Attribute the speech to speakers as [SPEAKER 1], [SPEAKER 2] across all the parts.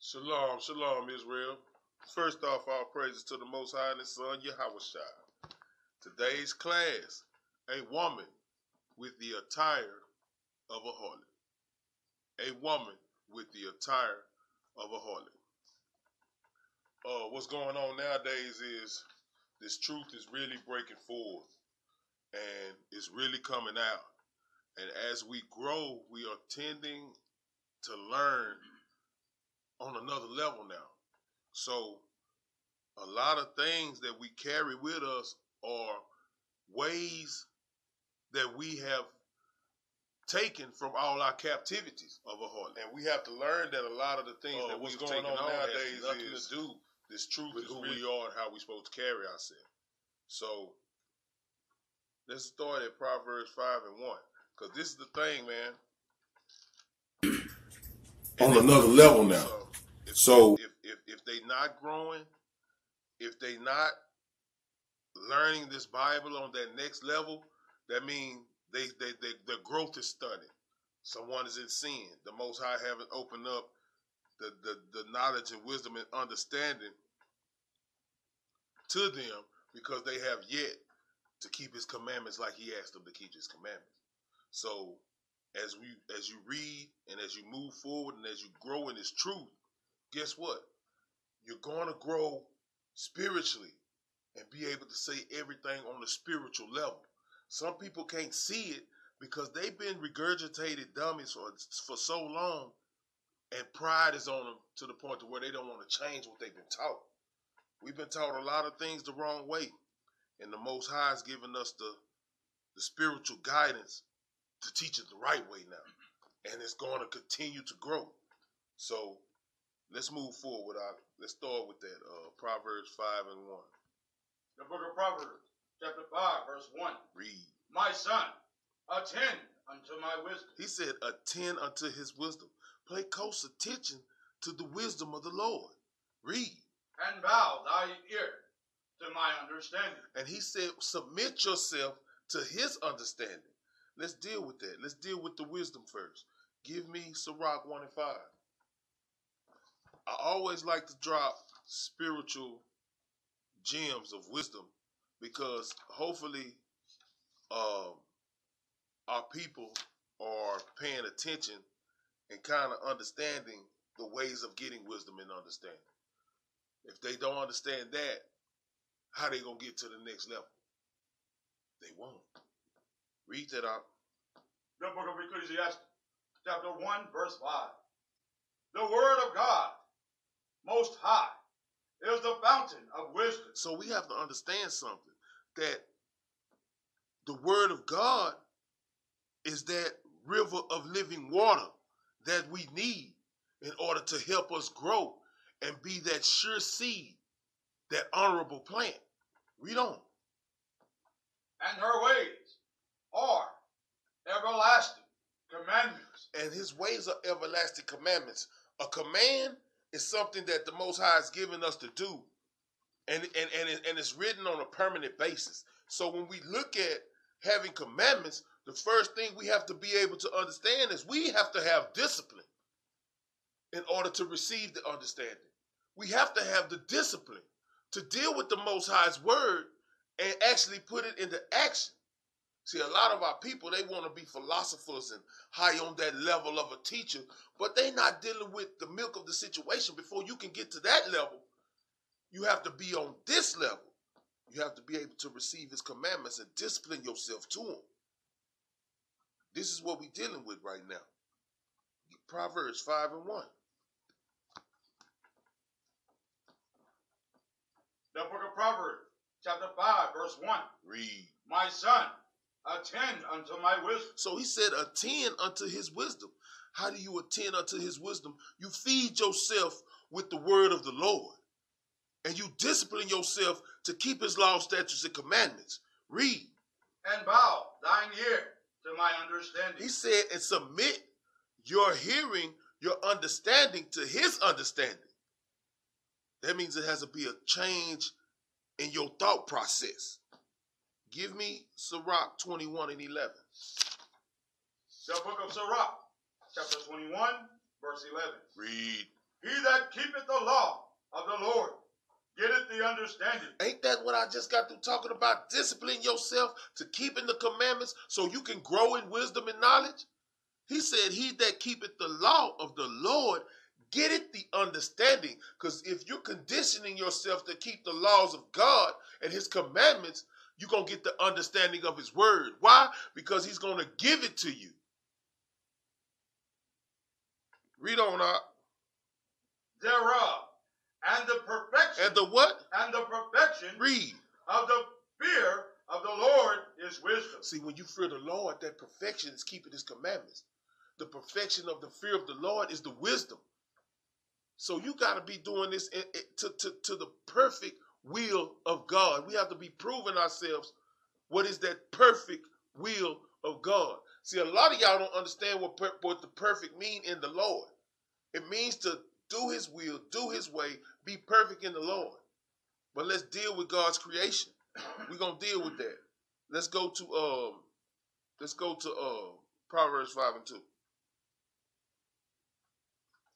[SPEAKER 1] Shalom, shalom, Israel. First off, all praises to the Most High and His Son, Yahweh Today's class, a woman with the attire of a harlot. A woman with the attire of a harlot. Uh, what's going on nowadays is this truth is really breaking forth and it's really coming out. And as we grow, we are tending to learn on another level now. So a lot of things that we carry with us are ways that we have taken from all our captivities of a heart. And we have to learn that a lot of the things that Oh, what's going on, nowadays nothing to do this truth with who we are and how we're supposed to carry ourselves. So let's start at Proverbs five and one. Cause this is the thing, man.
[SPEAKER 2] on
[SPEAKER 1] And
[SPEAKER 2] another
[SPEAKER 1] if-
[SPEAKER 2] level now.
[SPEAKER 1] So if,
[SPEAKER 2] So
[SPEAKER 1] if if if they not growing, if they not learning this Bible on that next level, that means they, they, they their growth is stunted. Someone is in sin. The Most High haven't opened up the, the, the knowledge and wisdom and understanding to them because they have yet to keep His commandments like He asked them to keep His commandments. So as we as you read and as you move forward and as you grow in this truth, guess what? You're going to grow spiritually and be able to say everything on a spiritual level. Some people can't see it because they've been regurgitated dummies for, for so long, and pride is on them to the point to where they don't want to change what they've been taught. We've been taught a lot of things the wrong way, and the Most High has given us the, the spiritual guidance to teach it the right way now, and it's going to continue to grow. So let's move forward. I, let's start with that uh, Proverbs five and one.
[SPEAKER 3] The book of Proverbs, chapter 5, verse 1.
[SPEAKER 1] Read.
[SPEAKER 3] My son, attend unto my wisdom.
[SPEAKER 1] He said, Attend unto his wisdom. Pay close attention to the wisdom of the Lord. Read.
[SPEAKER 3] and bow thy ear to my understanding.
[SPEAKER 1] And he said, Submit yourself to his understanding. Let's deal with that. Let's deal with the wisdom first. Give me Sirach 1 and 5. I always like to drop spiritual gems of wisdom because hopefully um, our people are paying attention and kind of understanding the ways of getting wisdom and understanding. If they don't understand that, how they gonna get to the next level? They won't. Read that out.
[SPEAKER 3] The book of Ecclesiastes, chapter 1, verse 5. The word of God, most high, is the fountain of wisdom.
[SPEAKER 1] So we have to understand something that the word of God is that river of living water that we need in order to help us grow and be that sure seed, that honorable plant. Read on.
[SPEAKER 3] And her ways are everlasting commandments.
[SPEAKER 1] and his ways are everlasting commandments. A command is something that the Most High has given us to do, and and and, it, and it's written on a permanent basis. So when we look at having commandments, the first thing we have to be able to understand is we have to have discipline in order to receive the understanding. We have to have the discipline to deal with the Most High's word and actually put it into action. See, a lot of our people they want to be philosophers and high on that level of a teacher, but they not dealing with the milk of the situation. Before you can get to that level, you have to be on this level. You have to be able to receive his commandments and discipline yourself to him. This is what we're dealing with right now. Proverbs 5 and 1.
[SPEAKER 3] The book of Proverbs, chapter 5, verse 1.
[SPEAKER 1] Read.
[SPEAKER 3] My son, attend unto my wisdom.
[SPEAKER 1] So he said, attend unto his wisdom. How do you attend unto his wisdom? You feed yourself with the word of the Lord, and you discipline yourself to keep his law, statutes, and commandments. Read.
[SPEAKER 3] and bow thine ear to my understanding.
[SPEAKER 1] He said, and submit your hearing, your understanding to his understanding. That means it has to be a change in your thought process. Give me Sirach 21 and 11.
[SPEAKER 3] The book of Sirach, chapter 21, verse 11.
[SPEAKER 1] Read.
[SPEAKER 3] He that that keepeth the law of the Lord getteth the understanding.
[SPEAKER 1] Ain't that what I just got through talking about? Discipline yourself to keeping the commandments so you can grow in wisdom and knowledge? He said, He that keepeth the law of the Lord getteth the understanding. Because if you're conditioning yourself to keep the laws of God and His commandments, you're going to get the understanding of His word. Why? Because He's going to give it to you. Read on uh, out.
[SPEAKER 3] thereof, and the perfection
[SPEAKER 1] And the what?
[SPEAKER 3] and the perfection
[SPEAKER 1] Read.
[SPEAKER 3] of the fear of the Lord is wisdom.
[SPEAKER 1] See, when you fear the Lord, that perfection is keeping his commandments. The perfection of the fear of the Lord is the wisdom. So you got to be doing this in- in- to, to, to the perfect will of God. We have to be proving ourselves what is that perfect will of God. See, a lot of y'all don't understand what, per- what the perfect mean in the Lord. It means to do his will, do his way, be perfect in the Lord. But let's deal with God's creation. We're gonna deal with that. Let's go to um let's go to uh Proverbs five and two.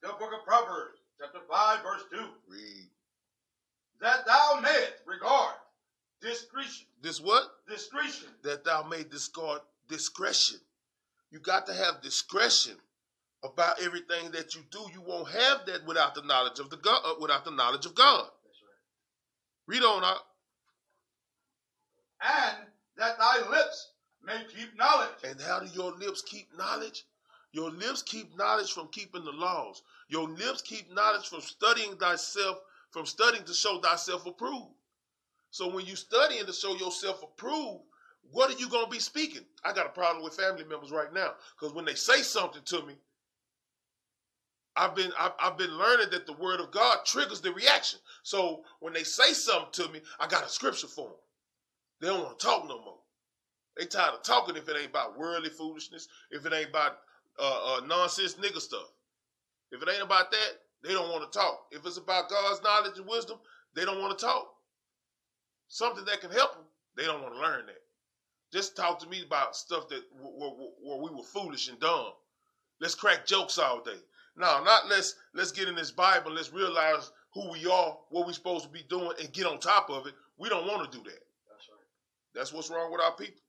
[SPEAKER 3] The book of Proverbs, chapter 5, verse 2.
[SPEAKER 1] Read.
[SPEAKER 3] That thou mayest regard discretion,
[SPEAKER 1] This what?
[SPEAKER 3] discretion,
[SPEAKER 1] That thou may discard discretion. You got to have discretion about everything that you do. You won't have that without the knowledge of the God uh, without the knowledge of God. Read on uh, out.
[SPEAKER 3] and that thy lips may keep knowledge.
[SPEAKER 1] And how do your lips keep knowledge? Your lips keep knowledge from keeping the laws. Your lips keep knowledge from studying thyself, from studying to show thyself approved. So when you studying to show yourself approved, what are you gonna be speaking? I got a problem with family members right now because when they say something to me, I've been I've, I've been learning that the word of God triggers the reaction. So when they say something to me, I got a scripture for them. They don't want to talk no more. They tired of talking if it ain't about worldly foolishness, if it ain't about uh, uh, nonsense nigga stuff. If it ain't about that, they don't want to talk. If it's about God's knowledge and wisdom, they don't want to talk. Something that can help them, they don't want to learn that. Just talk to me about stuff that where, where, where we were foolish and dumb. Let's crack jokes all day. No, not let's let's get in this Bible. Let's realize who we are, what we're supposed to be doing, and get on top of it. We don't want to do that.
[SPEAKER 3] That's right.
[SPEAKER 1] That's what's wrong with our people.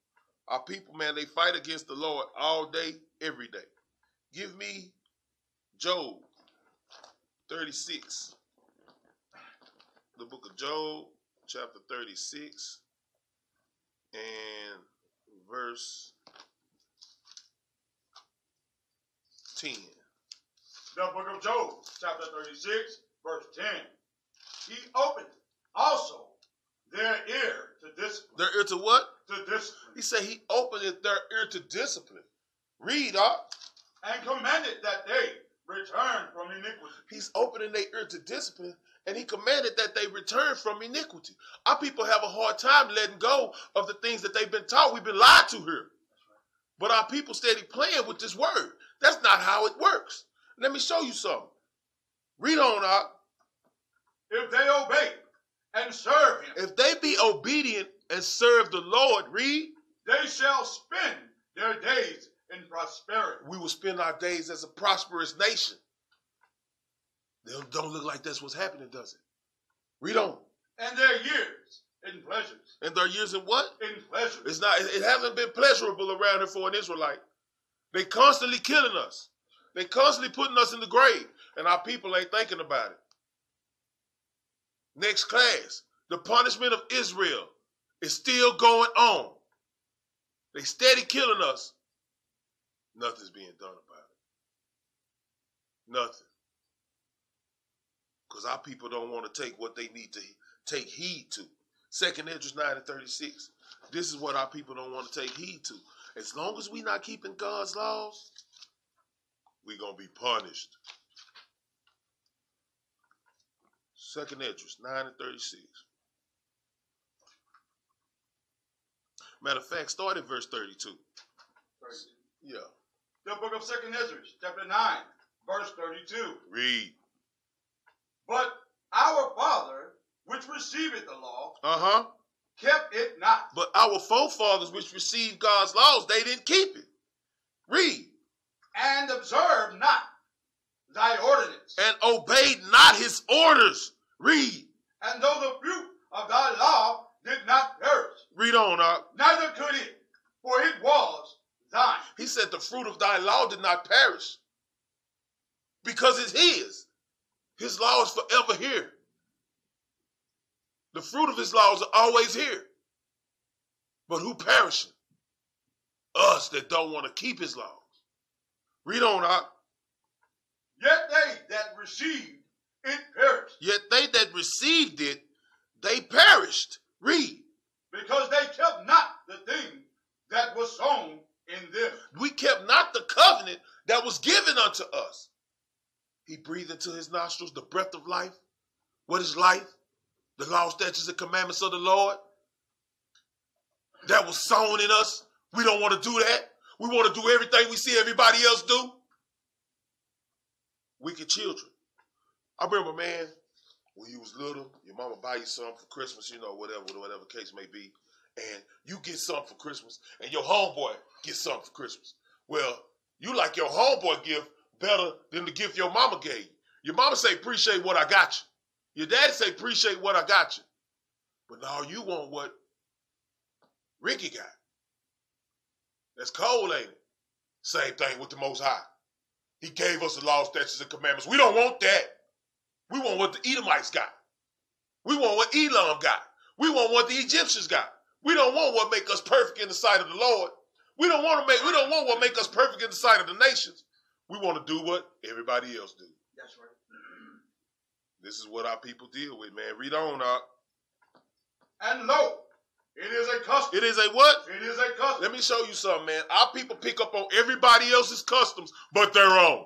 [SPEAKER 1] Our people, man, they fight against the Lord all day, every day. Give me Job 36. The book of Job, chapter 36, and verse 10.
[SPEAKER 3] The book of Job, chapter 36, verse 10. He opened also their ear to discipline.
[SPEAKER 1] Their ear to what?
[SPEAKER 3] To discipline.
[SPEAKER 1] He said he opened their ear to discipline. Read uh, up.
[SPEAKER 3] and commanded that they return from iniquity.
[SPEAKER 1] He's opening their ear to discipline, and he commanded that they return from iniquity. Our people have a hard time letting go of the things that they've been taught. We've been lied to here. But our people steady playing with this word. That's not how it works. Let me show you something. Read on out.
[SPEAKER 3] If they obey and serve him,
[SPEAKER 1] If they be obedient and serve the Lord, read,
[SPEAKER 3] they shall spend their days in prosperity.
[SPEAKER 1] we will spend our days as a prosperous nation. They don't look like that's what's happening, does it? Read on.
[SPEAKER 3] and their years in pleasures.
[SPEAKER 1] And their years in what?
[SPEAKER 3] In pleasures.
[SPEAKER 1] It's not. It it hasn't been pleasurable around here for an Israelite. They constantly killing us. They constantly putting us in the grave, and our people ain't thinking about it. Next class, the punishment of Israel is still going on. They steady killing us. Nothing's being done about it. Nothing. Because our people don't want to take what they need to take heed to. Second Edges 9 and 36. This is what our people don't want to take heed to. As long as we not keeping God's laws, we gonna be punished. Second Edges, 9 and 36. Matter of fact, start at verse 32. Yeah.
[SPEAKER 3] The book of Second Ezra, chapter 9, verse 32.
[SPEAKER 1] Read.
[SPEAKER 3] But our Father, which receiveth the law,
[SPEAKER 1] Uh-huh.
[SPEAKER 3] kept it not.
[SPEAKER 1] But our forefathers which received God's laws, they didn't keep it. Read.
[SPEAKER 3] and observe not thy ordinance.
[SPEAKER 1] and obeyed not his orders. Read.
[SPEAKER 3] And though the fruit of thy law did not perish,
[SPEAKER 1] Read on, Ark.
[SPEAKER 3] neither could it, for it was thine.
[SPEAKER 1] He said the fruit of thy law did not perish because it's his. His law is forever here. The fruit of his laws are always here. But who perishing? Us that don't want to keep his laws. Read on, Ark.
[SPEAKER 3] Yet they that received it perished,
[SPEAKER 1] Yet they that received it, they perished. Read.
[SPEAKER 3] because they kept not the thing that was sown in them.
[SPEAKER 1] we kept not the covenant that was given unto us. He breathed into his nostrils the breath of life. What is life? The law, statutes, and commandments of the Lord that was sown in us. We don't want to do that. We want to do everything we see everybody else do. Wicked children. I remember, man, when you was little, your mama buy you something for Christmas, you know, whatever, whatever case may be and you get something for Christmas, and your homeboy gets something for Christmas. Well, you like your homeboy gift better than the gift your mama gave you. Your mama say, appreciate what I got you. Your daddy say, appreciate what I got you. But now you want what Ricky got. That's cold, ain't it? Same thing with the Most High. He gave us the law, statutes, and commandments. We don't want that. We want what the Edomites got. We want what Elam got. We want what the Egyptians got. We don't want what make us perfect in the sight of the Lord. We don't want to make. We don't want what make us perfect in the sight of the nations. We want to do what everybody else do.
[SPEAKER 3] That's right.
[SPEAKER 1] This is what our people deal with, man. Read on, up.
[SPEAKER 3] And lo, it is a custom.
[SPEAKER 1] It is a what?
[SPEAKER 3] It is a custom.
[SPEAKER 1] Let me show you something, man. Our people pick up on everybody else's customs but their own.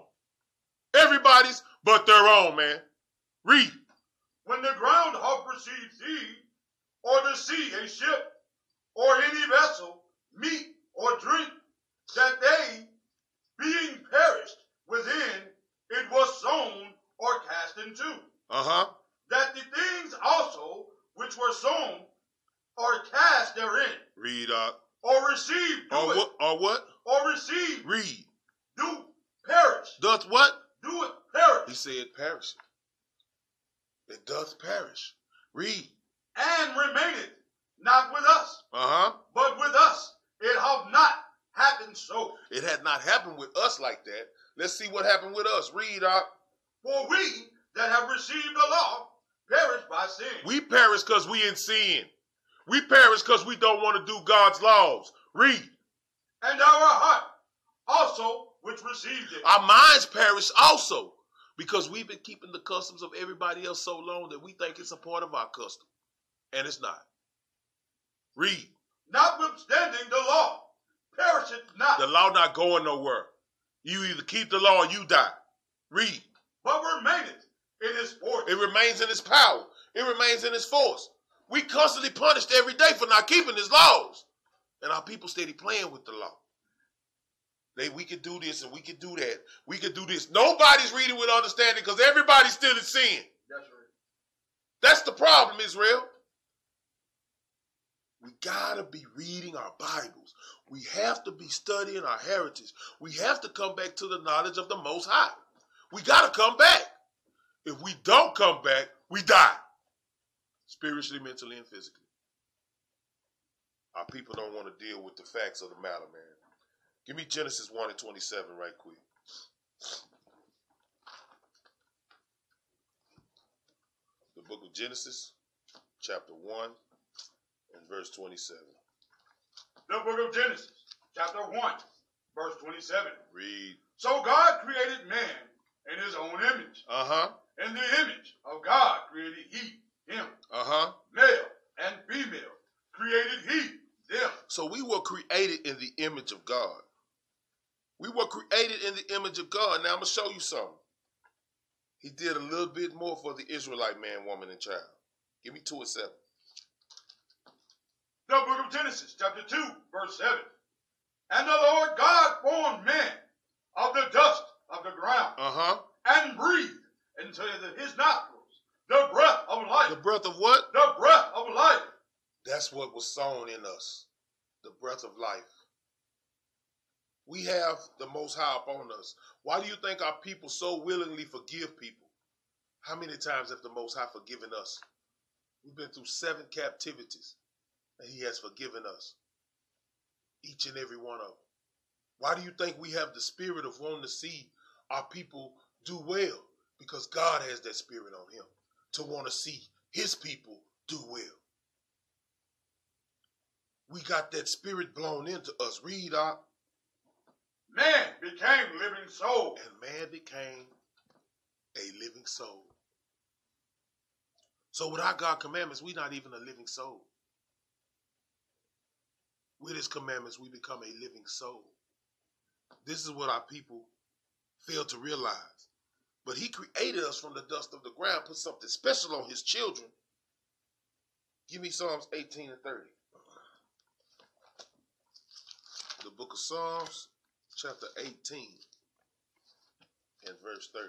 [SPEAKER 1] Everybody's but their own, man. Read.
[SPEAKER 3] When the groundhog perceives thee, or the sea, a ship, or any vessel, meat or drink, that they, being perished within, it was sown or cast into.
[SPEAKER 1] Uh huh.
[SPEAKER 3] That the things also which were sown or cast therein,
[SPEAKER 1] Read up.
[SPEAKER 3] or received, do
[SPEAKER 1] Or
[SPEAKER 3] it,
[SPEAKER 1] what? Or what?
[SPEAKER 3] or received,
[SPEAKER 1] Read.
[SPEAKER 3] do perish,
[SPEAKER 1] Doth what?
[SPEAKER 3] do it
[SPEAKER 1] He
[SPEAKER 3] perish,
[SPEAKER 1] said, perish. It doth perish. Read.
[SPEAKER 3] and remaineth not with us.
[SPEAKER 1] Uh huh.
[SPEAKER 3] But with us, it have not happened so.
[SPEAKER 1] It had not happened with us like that. Let's see what happened with us. Read uh, up.
[SPEAKER 3] For we that have received the law perish by sin.
[SPEAKER 1] We perish because we in sin. We perish because we don't want to do God's laws. Read.
[SPEAKER 3] and our heart also which received it.
[SPEAKER 1] Our minds perish also because we've been keeping the customs of everybody else so long that we think it's a part of our custom. And it's not. Read.
[SPEAKER 3] Notwithstanding the law perisheth not,
[SPEAKER 1] The law not going nowhere. You either keep the law or you die. Read.
[SPEAKER 3] but remaineth in his force.
[SPEAKER 1] It remains in his power. It remains in his force. We constantly punished every day for not keeping his laws. And our people steady playing with the law. They we could do this and we could do that. We could do this. Nobody's reading with understanding because everybody's still in sin.
[SPEAKER 3] That's right.
[SPEAKER 1] That's the problem, Israel. We gotta be reading our Bibles. We have to be studying our heritage. We have to come back to the knowledge of the Most High. We gotta come back. If we don't come back, we die. Spiritually, mentally, and physically. Our people don't want to deal with the facts of the matter, man. Give me Genesis 1 and 27 right quick. the book of Genesis, chapter 1 and verse 27.
[SPEAKER 3] The book of Genesis, chapter 1, verse 27.
[SPEAKER 1] Read.
[SPEAKER 3] So God created man in his own image.
[SPEAKER 1] Uh huh.
[SPEAKER 3] In the image of God created he him.
[SPEAKER 1] Uh huh.
[SPEAKER 3] Male and female created he them.
[SPEAKER 1] So we were created in the image of God. We were created in the image of God. Now I'm going to show you something. He did a little bit more for the Israelite man, woman, and child. Give me 2 and 7.
[SPEAKER 3] The book of Genesis, chapter 2, verse 7. And the Lord God formed man of the dust of the ground,
[SPEAKER 1] Uh huh.
[SPEAKER 3] and breathed into his nostrils the breath of
[SPEAKER 1] The
[SPEAKER 3] life,
[SPEAKER 1] breath of what?
[SPEAKER 3] the breath of life.
[SPEAKER 1] That's what was sown in us the breath of life. We have the Most High upon us. Why do you think our people so willingly forgive people? How many times have the Most High forgiven us? We've been through seven captivities, and He has forgiven us, each and every one of them. Why do you think we have the spirit of wanting to see our people do well? Because God has that spirit on Him to want to see His people do well. We got that spirit blown into us. Read up.
[SPEAKER 3] Man became living soul.
[SPEAKER 1] and man became a living soul. So without God's commandments, we're not even a living soul. With his commandments, we become a living soul. This is what our people fail to realize. But he created us from the dust of the ground, put something special on his children. Give me Psalms 18 and 30. The book of Psalms, chapter 18 and verse 30.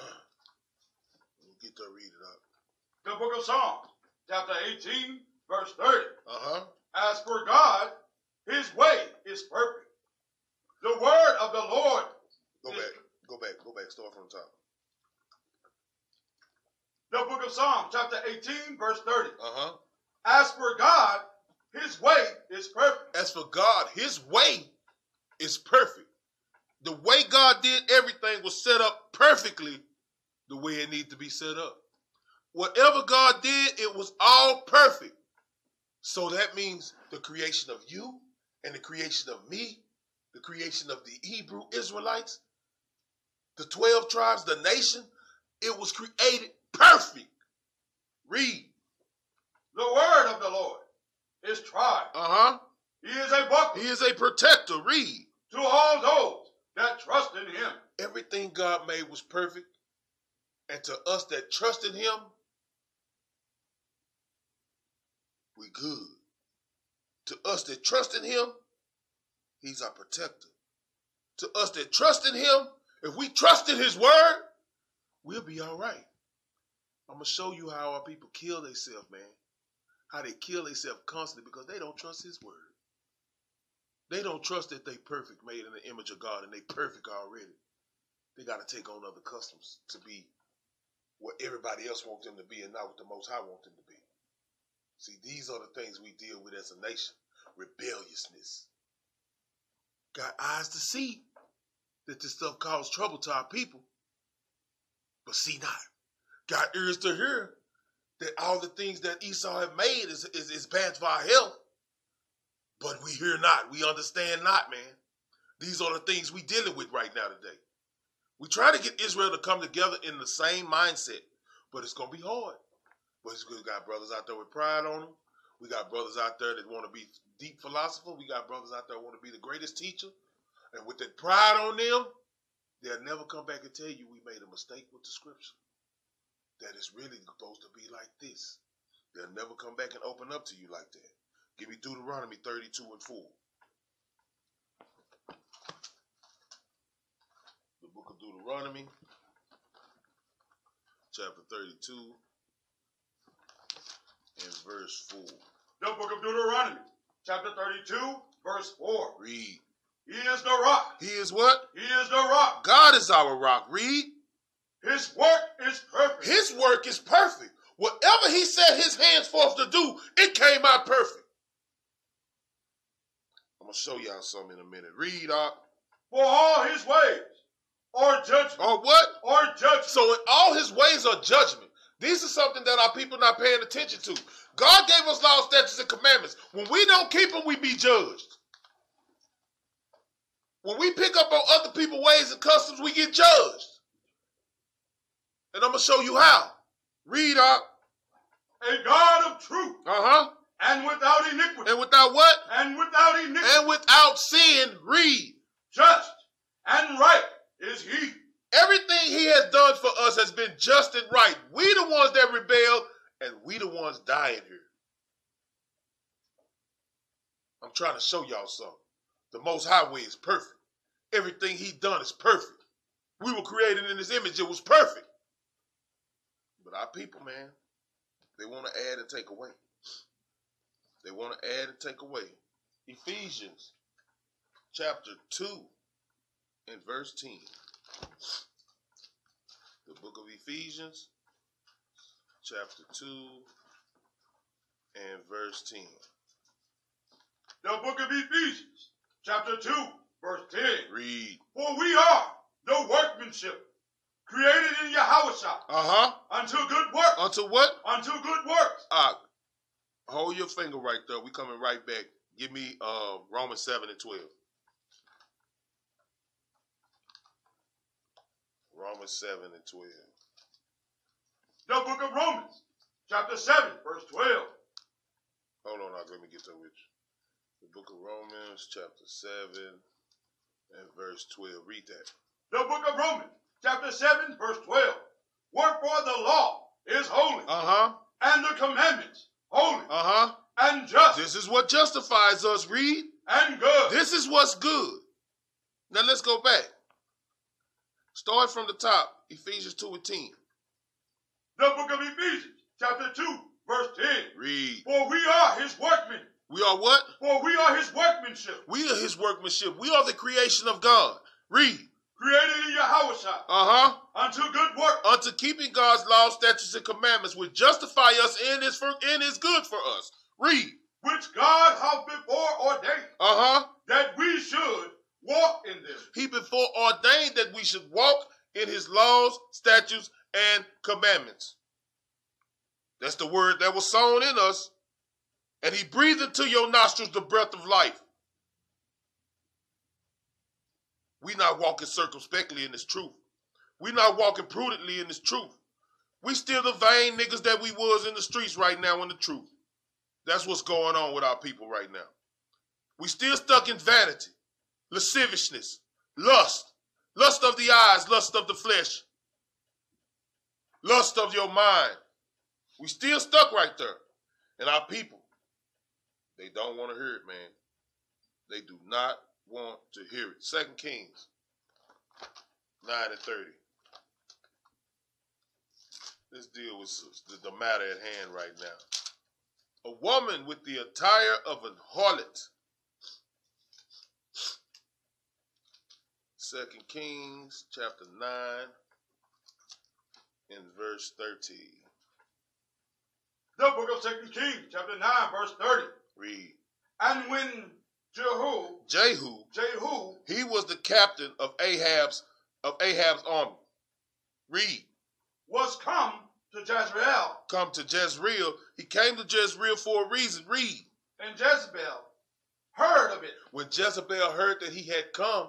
[SPEAKER 1] Let me get to read it up.
[SPEAKER 3] The book of Psalms, chapter 18, verse 30.
[SPEAKER 1] Uh huh.
[SPEAKER 3] As for God, his way is perfect. The word of the Lord.
[SPEAKER 1] Go back. Go back. Go back. Start from the top.
[SPEAKER 3] The book of Psalms, chapter 18, verse 30.
[SPEAKER 1] Uh huh.
[SPEAKER 3] As for God, his way is perfect.
[SPEAKER 1] As for God, His way is perfect. The way God did everything was set up perfectly the way it needed to be set up. Whatever God did, it was all perfect. So that means the creation of you and the creation of me, the creation of the Hebrew Israelites, the 12 tribes, the nation, it was created perfect. Read.
[SPEAKER 3] The word of the Lord is tried.
[SPEAKER 1] Uh huh.
[SPEAKER 3] He is a buckler
[SPEAKER 1] He is a protector. Read.
[SPEAKER 3] to all those that trust in him.
[SPEAKER 1] everything God made was perfect. And to us that trust in him, we good. To us that trust in him, he's our protector. To us that trust in him, if we trust in his word, we'll be all right. I'm gonna show you how our people kill themselves, man. How they kill themselves constantly because they don't trust his word. They don't trust that they perfect, made in the image of God, and they perfect already they got to take on other customs to be what everybody else wants them to be and not what the Most High wants them to be. See, these are the things we deal with as a nation rebelliousness. Got eyes to see that this stuff causes trouble to our people, but see not. Got ears to hear that all the things that Esau have made is, is, is bad for our health, but we hear not. We understand not, man. These are the things we dealing with right now today. We try to get Israel to come together in the same mindset, but it's gonna be hard. But it's- we got brothers out there with pride on them. We got brothers out there that want to be deep philosopher. We got brothers out there want to be the greatest teacher, and with that pride on them, they'll never come back and tell you we made a mistake with the scripture. That it's really supposed to be like this. They'll never come back and open up to you like that. Give me Deuteronomy 32 and 4. the book of Deuteronomy, chapter 32, and verse 4.
[SPEAKER 3] The book of Deuteronomy, chapter 32, verse 4.
[SPEAKER 1] Read.
[SPEAKER 3] He is the rock.
[SPEAKER 1] He is what?
[SPEAKER 3] He is the rock.
[SPEAKER 1] God is our rock. Read.
[SPEAKER 3] His work is perfect.
[SPEAKER 1] His work is perfect. Whatever he set his hands forth to do, it came out perfect. I'm going to show y'all something in a minute. Read. Uh,
[SPEAKER 3] For all his ways are judgment.
[SPEAKER 1] or what?
[SPEAKER 3] Are judgment.
[SPEAKER 1] So in all his ways are judgment. These are something that our people not paying attention to. God gave us laws, statutes, and commandments. When we don't keep them, we be judged. When we pick up on other people's ways and customs, we get judged. And I'm gonna show you how. Read up.
[SPEAKER 3] A God of truth
[SPEAKER 1] Uh-huh.
[SPEAKER 3] and without iniquity.
[SPEAKER 1] And without what?
[SPEAKER 3] And without iniquity.
[SPEAKER 1] And without sin, read.
[SPEAKER 3] just and right is he.
[SPEAKER 1] Everything he has done for us has been just and right. We the ones that rebelled, and we the ones dying here. I'm trying to show y'all something. The Most Highway is perfect. Everything he done is perfect. We were created in his image. It was perfect. But our people, man, they want to add and take away. They want to add and take away. Ephesians chapter 2 and verse 10. The book of Ephesians chapter 2 and verse 10.
[SPEAKER 3] The book of Ephesians, chapter 2, verse 10.
[SPEAKER 1] Read.
[SPEAKER 3] For we are the workmanship, created in Yahweh
[SPEAKER 1] Uh huh.
[SPEAKER 3] unto good work,
[SPEAKER 1] Unto what?
[SPEAKER 3] unto good works.
[SPEAKER 1] Uh, hold your finger right there. We coming right back. Give me uh Romans seven and twelve. Romans seven and twelve.
[SPEAKER 3] The book of Romans, chapter 7, verse 12.
[SPEAKER 1] Hold on, Ock, let me get that with you. The book of Romans, chapter seven and verse twelve. Read that.
[SPEAKER 3] The book of Romans, chapter 7, verse 12. Wherefore the law is holy,
[SPEAKER 1] Uh-huh.
[SPEAKER 3] and the commandments holy,
[SPEAKER 1] Uh-huh.
[SPEAKER 3] and just,
[SPEAKER 1] This is what justifies us. Read.
[SPEAKER 3] and good.
[SPEAKER 1] This is what's good. Now let's go back. Start from the top. Ephesians 2 and 10.
[SPEAKER 3] The book of Ephesians, chapter 2, verse 10.
[SPEAKER 1] Read.
[SPEAKER 3] For we are his workmen,
[SPEAKER 1] We are what?
[SPEAKER 3] for we are his workmanship,
[SPEAKER 1] We are his workmanship. We are the creation of God. Read.
[SPEAKER 3] created in Yahweh
[SPEAKER 1] Uh huh.
[SPEAKER 3] unto good work,
[SPEAKER 1] Unto keeping God's laws, statutes, and commandments, which justify us and is for and is good for us. Read.
[SPEAKER 3] which God hath before ordained,
[SPEAKER 1] Uh huh.
[SPEAKER 3] that we should walk in them.
[SPEAKER 1] He before ordained that we should walk in his laws, statutes, and commandments. That's the word that was sown in us. And he breathed into your nostrils the breath of life. We not walking circumspectly in this truth. We not walking prudently in this truth. We still the vain niggas that we was in the streets right now in the truth. That's what's going on with our people right now. We still stuck in vanity lasciviousness, lust, lust of the eyes, lust of the flesh, lust of your mind. We still stuck right there. And our people, they don't want to hear it, man. They do not want to hear it. Second Kings 9 and 30. Let's deal with s- the- the matter at hand right now. A woman with the attire of an harlot Second Kings chapter nine and verse thirteen.
[SPEAKER 3] The book of Second Kings, chapter 9, verse 30.
[SPEAKER 1] Read.
[SPEAKER 3] And when Jehu,
[SPEAKER 1] Jehu,
[SPEAKER 3] Jehu,
[SPEAKER 1] he was the captain of Ahab's of Ahab's army. Read.
[SPEAKER 3] was come to Jezreel,
[SPEAKER 1] Come to Jezreel. He came to Jezreel for a reason. Read.
[SPEAKER 3] and Jezebel heard of it,
[SPEAKER 1] When Jezebel heard that he had come,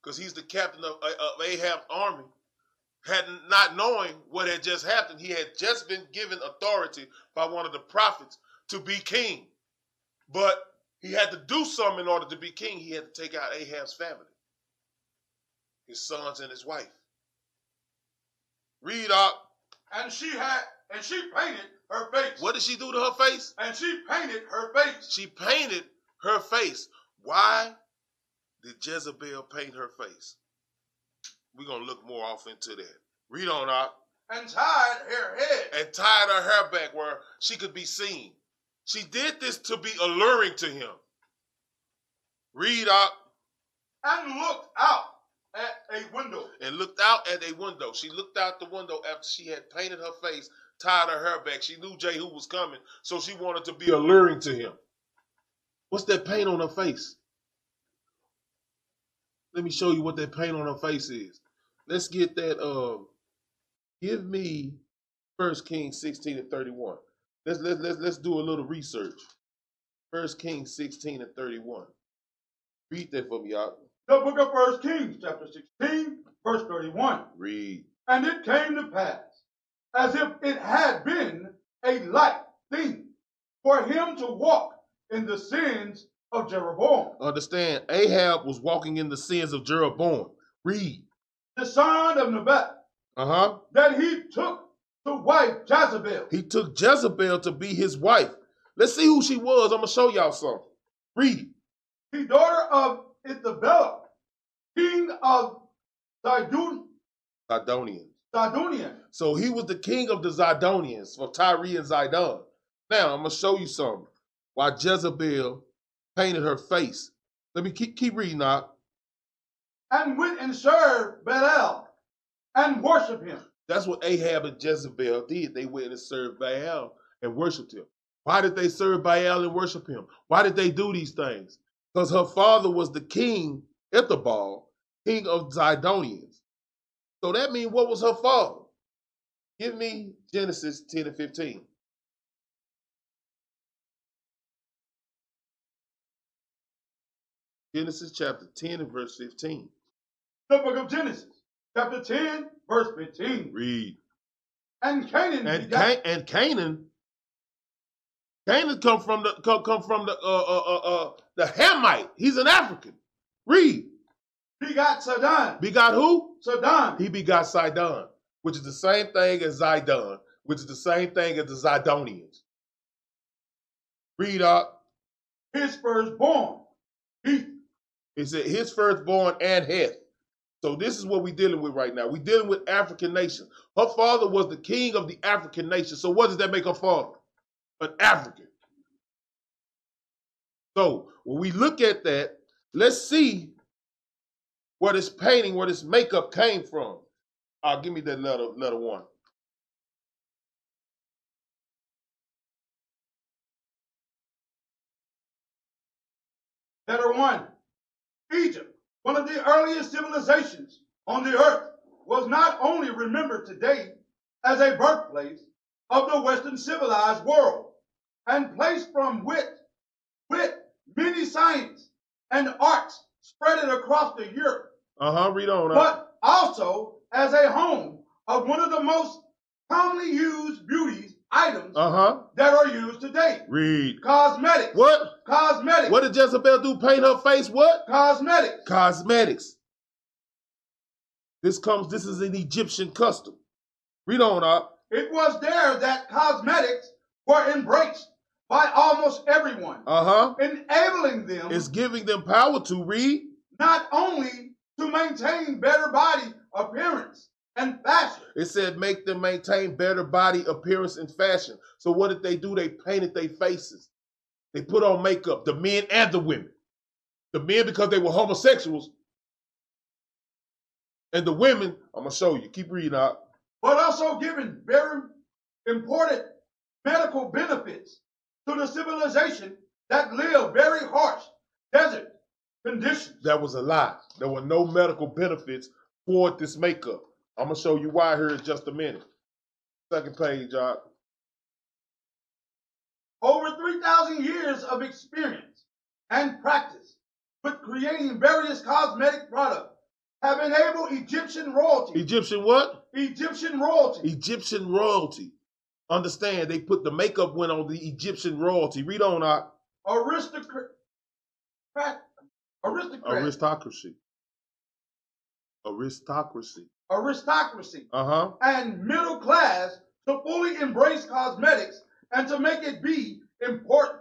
[SPEAKER 1] because he's the captain of, uh, of Ahab's army, had not knowing what had just happened, he had just been given authority by one of the prophets to be king. But he had to do something in order to be king. He had to take out Ahab's family, his sons and his wife. Read uh, up.
[SPEAKER 3] and she had, and she painted her face,
[SPEAKER 1] What did she do to her face?
[SPEAKER 3] and she painted her face,
[SPEAKER 1] She painted her face. Why did Jezebel paint her face? We're gonna look more off into that. Read on up.
[SPEAKER 3] and tied her head,
[SPEAKER 1] and tied her hair back where she could be seen. She did this to be alluring to him. Read up
[SPEAKER 3] and looked out at a window,
[SPEAKER 1] and looked out at a window. She looked out the window after she had painted her face, tied her hair back. She knew Jehu was coming, so she wanted to be alluring to him. What's that paint on her face? Let me show you what that paint on her face is. Let's get that. Um, give me First Kings sixteen and thirty-one. Let's let's let's let's do a little research. First Kings sixteen and thirty-one. Read that for me, y'all.
[SPEAKER 3] The book of First Kings, chapter 16, verse 31.
[SPEAKER 1] Read.
[SPEAKER 3] And it came to pass, as if it had been a light thing for him to walk in the sins of Jeroboam,
[SPEAKER 1] Understand, Ahab was walking in the sins of Jeroboam. Read.
[SPEAKER 3] the son of Nebat,
[SPEAKER 1] Uh huh.
[SPEAKER 3] that he took to wife Jezebel,
[SPEAKER 1] He took Jezebel to be his wife. Let's see who she was. I'm going to show y'all something. Read.
[SPEAKER 3] the daughter of Ithabel, king of Zidon,
[SPEAKER 1] Zidonians.
[SPEAKER 3] Zidonian.
[SPEAKER 1] So he was the king of the Zidonians for Tyre and Zidon. Now, I'm going to show you something. while Jezebel painted her face. Let me keep, keep reading out.
[SPEAKER 3] and went and served Baal and worshiped him.
[SPEAKER 1] That's what Ahab and Jezebel did. They went and served Baal and worshiped him. Why did they serve Baal and worship him? Why did they do these things? Because her father was the king, Ithabal, king of Zidonians. So that means what was her father? Give me Genesis 10 and 15. Genesis chapter 10 and verse 15.
[SPEAKER 3] The book of Genesis, chapter 10, verse 15.
[SPEAKER 1] Read.
[SPEAKER 3] And Canaan
[SPEAKER 1] and
[SPEAKER 3] begat
[SPEAKER 1] Can- and Canaan, Canaan come from the come, come from the uh, uh uh uh the Hamite. He's an African. Read.
[SPEAKER 3] begot Sidon.
[SPEAKER 1] Begot who?
[SPEAKER 3] Sidon.
[SPEAKER 1] He begot Sidon, which is the same thing as Zidon, which is the same thing as the Zidonians. Read up.
[SPEAKER 3] His firstborn. He
[SPEAKER 1] It said his firstborn and Heth. So this is what we're dealing with right now. We're dealing with African nations. Her father was the king of the African nation. So what does that make her father? An African. So when we look at that, let's see where this painting, where this makeup came from. Ah, give me that letter, letter one.
[SPEAKER 3] Letter one. Egypt, one of the earliest civilizations on the earth, was not only remembered today as a birthplace of the Western civilized world, and place from which, which many science and arts spread it across the Europe,
[SPEAKER 1] Uh huh. Read on. uh.
[SPEAKER 3] but also as a home of one of the most commonly used beauty items
[SPEAKER 1] Uh huh.
[SPEAKER 3] that are used today.
[SPEAKER 1] Read.
[SPEAKER 3] Cosmetics.
[SPEAKER 1] What?
[SPEAKER 3] Cosmetics.
[SPEAKER 1] What did Jezebel do? Paint her face? What?
[SPEAKER 3] Cosmetics.
[SPEAKER 1] Cosmetics. This comes. This is an Egyptian custom. Read on up.
[SPEAKER 3] It was there that cosmetics were embraced by almost everyone,
[SPEAKER 1] Uh huh.
[SPEAKER 3] enabling them
[SPEAKER 1] It's giving them power to read.
[SPEAKER 3] not only to maintain better body appearance and fashion,
[SPEAKER 1] It said make them maintain better body appearance and fashion. So what did they do? They painted their faces. They put on makeup. The men and the women. The men because they were homosexuals. And the women, I'm gonna show you. Keep reading up.
[SPEAKER 3] but also giving very important medical benefits to the civilization that live very harsh desert conditions.
[SPEAKER 1] That was a lie. There were no medical benefits toward this makeup. I'm gonna show you why here in just a minute. Second page, y'all.
[SPEAKER 3] Over 3,000 years of experience and practice with creating various cosmetic products have enabled Egyptian royalty,
[SPEAKER 1] Egyptian what?
[SPEAKER 3] Egyptian royalty
[SPEAKER 1] Egyptian royalty. Understand? They put the makeup went on the Egyptian royalty. Read on our
[SPEAKER 3] aristocrat, aristocrat,
[SPEAKER 1] aristocracy. Aristocracy.
[SPEAKER 3] aristocracy,
[SPEAKER 1] Uh huh.
[SPEAKER 3] and middle class to fully embrace cosmetics and to make it be important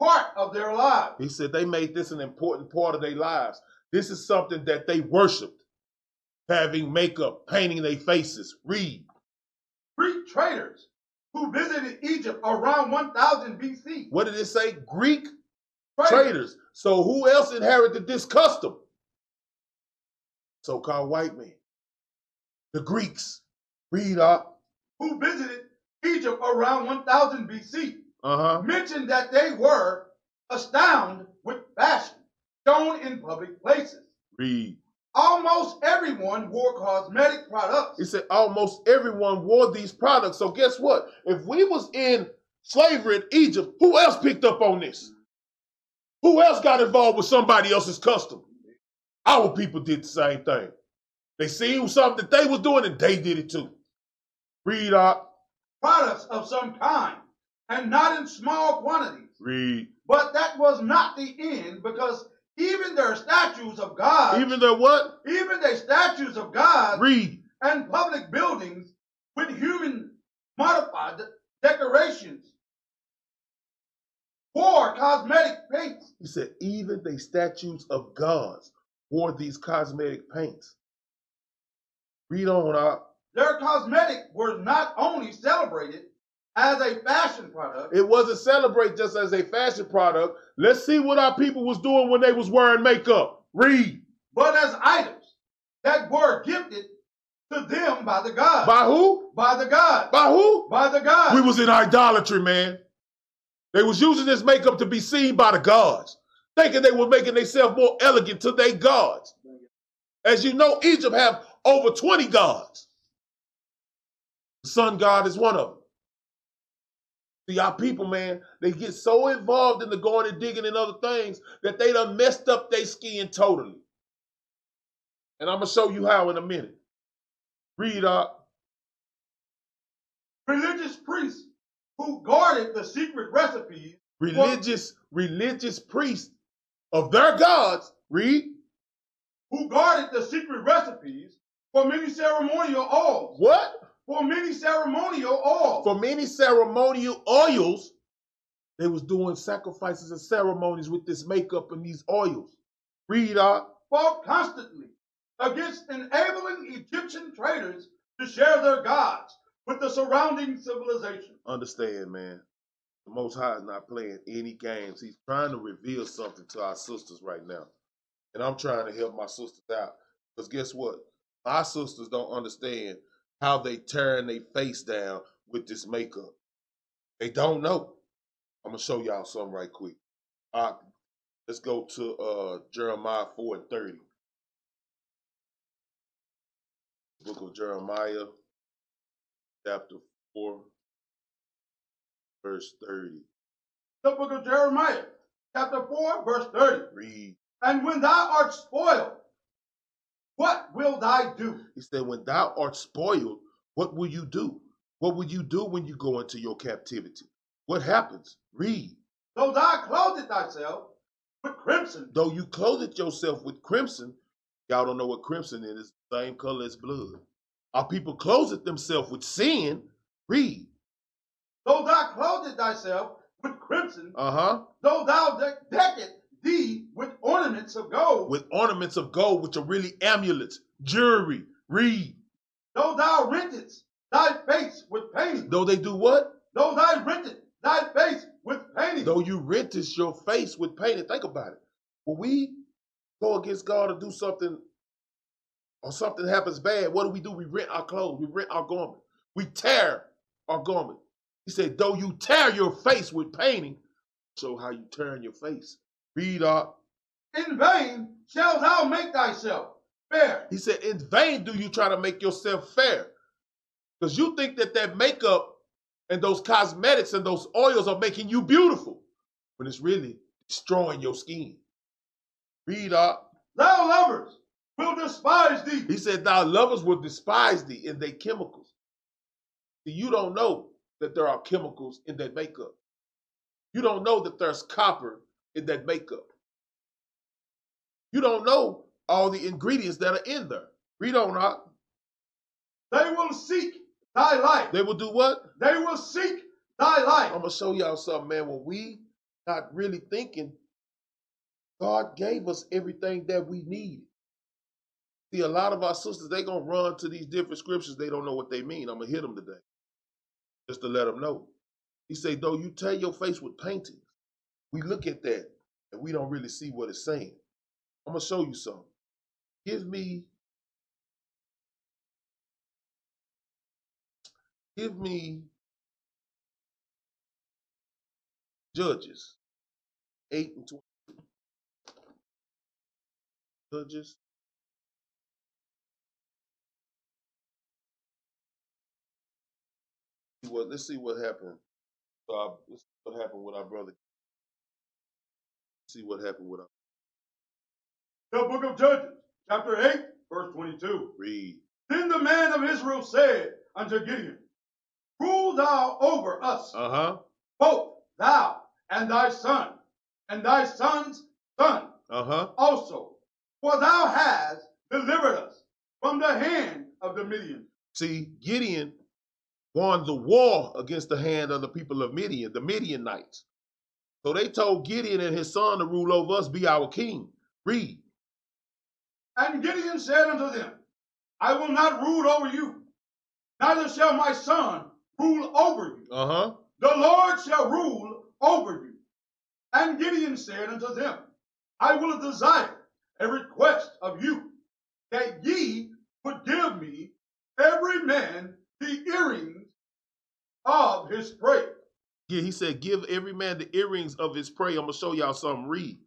[SPEAKER 3] part of their lives.
[SPEAKER 1] He said they made this an important part of their lives. This is something that they worshipped, having makeup, painting their faces. Read.
[SPEAKER 3] Greek traders who visited Egypt around 1000 BC.
[SPEAKER 1] What did it say? Greek traitors. So who else inherited this custom? So-called white men. The Greeks. Read up.
[SPEAKER 3] who visited Egypt around 1000 BC,
[SPEAKER 1] Uh-huh.
[SPEAKER 3] mentioned that they were astounded with fashion shown in public places.
[SPEAKER 1] Read.
[SPEAKER 3] Almost everyone wore cosmetic
[SPEAKER 1] It
[SPEAKER 3] products.
[SPEAKER 1] said almost everyone wore these products. So guess what? If we was in slavery in Egypt, who else picked up on this? Who else got involved with somebody else's custom? Our people did the same thing. They seen something that they was doing and they did it too. Read up.
[SPEAKER 3] Products of some kind, and not in small quantities.
[SPEAKER 1] Read.
[SPEAKER 3] But that was not the end, because even their statues of God, even,
[SPEAKER 1] Even though what?
[SPEAKER 3] their statues of God,
[SPEAKER 1] Read.
[SPEAKER 3] and public buildings with human modified decorations. War cosmetic paints.
[SPEAKER 1] He said, even they statues of gods wore these cosmetic paints. Read on uh, up.
[SPEAKER 3] Their cosmetic were not only celebrated as a fashion product.
[SPEAKER 1] It wasn't celebrate just as a fashion product. Let's see what our people was doing when they was wearing makeup. Read.
[SPEAKER 3] but as items that were gifted to them by the God.
[SPEAKER 1] By who?
[SPEAKER 3] by the God.
[SPEAKER 1] By who?
[SPEAKER 3] by the God.
[SPEAKER 1] We was in idolatry, man. They was using this makeup to be seen by the gods, thinking they were making themselves more elegant to their gods. As you know, Egypt have over 20 gods. The sun god is one of them. See, our people, man, they get so involved in the going and digging and other things that they done messed up their skin totally. And I'm going to show you how in a minute. Read uh, up.
[SPEAKER 3] religious priests who guarded the secret recipes
[SPEAKER 1] religious religious priests of their gods read
[SPEAKER 3] who guarded the secret recipes for many ceremonial oils
[SPEAKER 1] what
[SPEAKER 3] for many ceremonial oils
[SPEAKER 1] for many ceremonial oils they was doing sacrifices and ceremonies with this makeup and these oils read uh, up
[SPEAKER 3] fought constantly against enabling Egyptian traders to share their gods with the surrounding civilization.
[SPEAKER 1] understand man the most high is not playing any games he's trying to reveal something to our sisters right now and i'm trying to help my sisters out because guess what our sisters don't understand how they tearing their face down with this makeup They don't know. I'm gonna show y'all something right quick. All right, let's go to uh Jeremiah 4 and 30. Book of Jeremiah, chapter 4, verse 30.
[SPEAKER 3] The book of Jeremiah, chapter 4, verse 30.
[SPEAKER 1] Read.
[SPEAKER 3] And when thou art spoiled, what will thou do?
[SPEAKER 1] He said, When thou art spoiled, what will you do? What will you do when you go into your captivity? What happens? Read.
[SPEAKER 3] Though thou clothed thyself with crimson,
[SPEAKER 1] Though you clothed yourself with crimson, y'all don't know what crimson is, it's the same color as blood. Our people clothed themselves with sin. Read.
[SPEAKER 3] though thou clothed thyself with crimson,
[SPEAKER 1] Uh huh.
[SPEAKER 3] though thou de- decked thee with ornaments of gold,
[SPEAKER 1] With ornaments of gold, which are really amulets, jewelry. Read.
[SPEAKER 3] though thou rentest thy face with painting,
[SPEAKER 1] Though they do what?
[SPEAKER 3] though thou rented thy face with painting,
[SPEAKER 1] Though you rentest your face with painting. Think about it. When we go against God or do something, or something happens bad, what do we do? We rent our clothes. We rent our garment. We tear our garment. He said, though you tear your face with painting, show how you turn your face. Read up.
[SPEAKER 3] in vain shalt thou make thyself fair.
[SPEAKER 1] He said, in vain do you try to make yourself fair. Because you think that that makeup and those cosmetics and those oils are making you beautiful. When it's really destroying your skin. Read up.
[SPEAKER 3] Thou lovers will despise
[SPEAKER 1] He
[SPEAKER 3] thee.
[SPEAKER 1] said, Thy lovers will despise thee in their chemicals. See, you don't know that there are chemicals in that makeup. You don't know that there's copper in that makeup. You don't know all the ingredients that are in there. Read on up.
[SPEAKER 3] They will seek thy life.
[SPEAKER 1] They will do what?
[SPEAKER 3] They will seek thy life.
[SPEAKER 1] I'm gonna show y'all something, man. When we not really thinking, God gave us everything that we need. See, a lot of our sisters, they gonna run to these different scriptures. They don't know what they mean. I'm gonna hit them today, just to let them know. He say, though you tear your face with paintings, we look at that and we don't really see what it's saying. I'm gonna show you something. Give me, give me Judges 8 and 20. Judges. See What, let's see what happened. So I, let's see what happened with our brother. see what happened with our
[SPEAKER 3] The book of Judges, chapter 8, verse 22.
[SPEAKER 1] read.
[SPEAKER 3] Then the man of Israel said unto Gideon, Rule thou over us,
[SPEAKER 1] Uh huh.
[SPEAKER 3] both thou and thy son, and thy son's son
[SPEAKER 1] Uh huh.
[SPEAKER 3] also, for thou hast delivered us from the hand of the Midian.
[SPEAKER 1] See, Gideon won the war against the hand of the people of Midian, the Midianites. So they told Gideon and his son to rule over us, be our king. Read.
[SPEAKER 3] And Gideon said unto them, I will not rule over you, neither shall my son rule over you.
[SPEAKER 1] Uh huh.
[SPEAKER 3] The Lord shall rule over you. And Gideon said unto them, I will desire and request of you that ye would give me every man the earrings of his prey.
[SPEAKER 1] Yeah, he said, give every man the earrings of his prey. I'm gonna show y'all something. Read.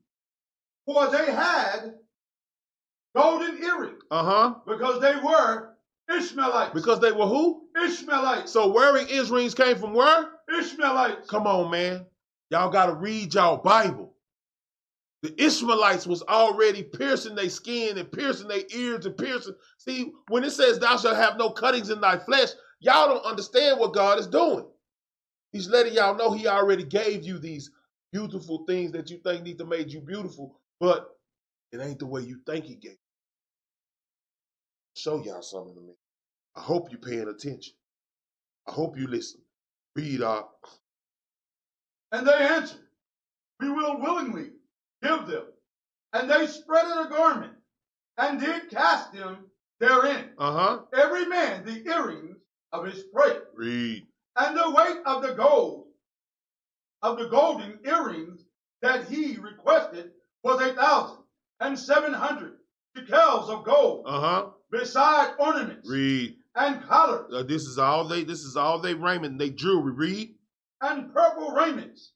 [SPEAKER 3] For they had golden earrings
[SPEAKER 1] Uh huh.
[SPEAKER 3] because they were Ishmaelites.
[SPEAKER 1] Because they were who?
[SPEAKER 3] Ishmaelites.
[SPEAKER 1] So wearing earrings came from where?
[SPEAKER 3] Ishmaelites.
[SPEAKER 1] Come on, man. Y'all gotta read y'all Bible. The Ishmaelites was already piercing their skin and piercing their ears and piercing. See, when it says thou shalt have no cuttings in thy flesh, y'all don't understand what God is doing. He's letting y'all know he already gave you these beautiful things that you think need to make you beautiful, but it ain't the way you think he gave. you. Show y'all something to me. I hope you paying attention. I hope you listen. Read our
[SPEAKER 3] And they answered, We will willingly give them. And they spread a garment and did cast them therein,
[SPEAKER 1] uh-huh.
[SPEAKER 3] every man the earrings of his prey.
[SPEAKER 1] Read.
[SPEAKER 3] And the weight of the gold, of the golden earrings that he requested was a thousand and seven hundred shekels of gold,
[SPEAKER 1] Uh-huh.
[SPEAKER 3] beside ornaments
[SPEAKER 1] Read.
[SPEAKER 3] and collars
[SPEAKER 1] Uh, this is all they this is all they Raymond they jewelry. Read.
[SPEAKER 3] and purple raiments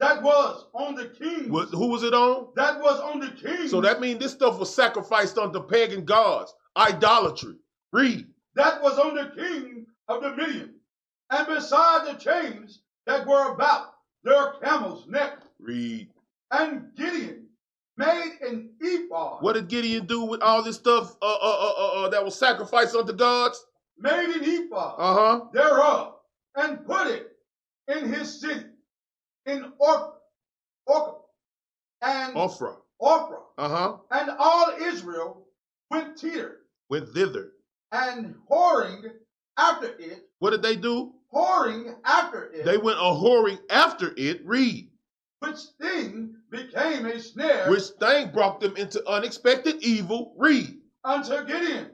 [SPEAKER 3] that was on the king's
[SPEAKER 1] What who was it on?
[SPEAKER 3] that was on the king's
[SPEAKER 1] So that means this stuff was sacrificed unto pagan gods. Idolatry. Read.
[SPEAKER 3] that was on the king of the Midian, and beside the chains that were about their camel's neck.
[SPEAKER 1] Read.
[SPEAKER 3] And Gideon made an ephod,
[SPEAKER 1] What did Gideon do with all this stuff uh, uh, uh, uh, uh, that was sacrificed unto gods?
[SPEAKER 3] made an ephod
[SPEAKER 1] Uh-huh.
[SPEAKER 3] thereof, and put it in his city, in Orpah, Orpah and
[SPEAKER 1] Ophrah.
[SPEAKER 3] Orpah.
[SPEAKER 1] Uh-huh.
[SPEAKER 3] And all Israel went thither,
[SPEAKER 1] Went thither.
[SPEAKER 3] and whoring after it,
[SPEAKER 1] What did they do?
[SPEAKER 3] whoring after it,
[SPEAKER 1] They went a whoring after it. Read.
[SPEAKER 3] which thing became a snare
[SPEAKER 1] Which thing brought them into unexpected evil. Read.
[SPEAKER 3] unto Gideon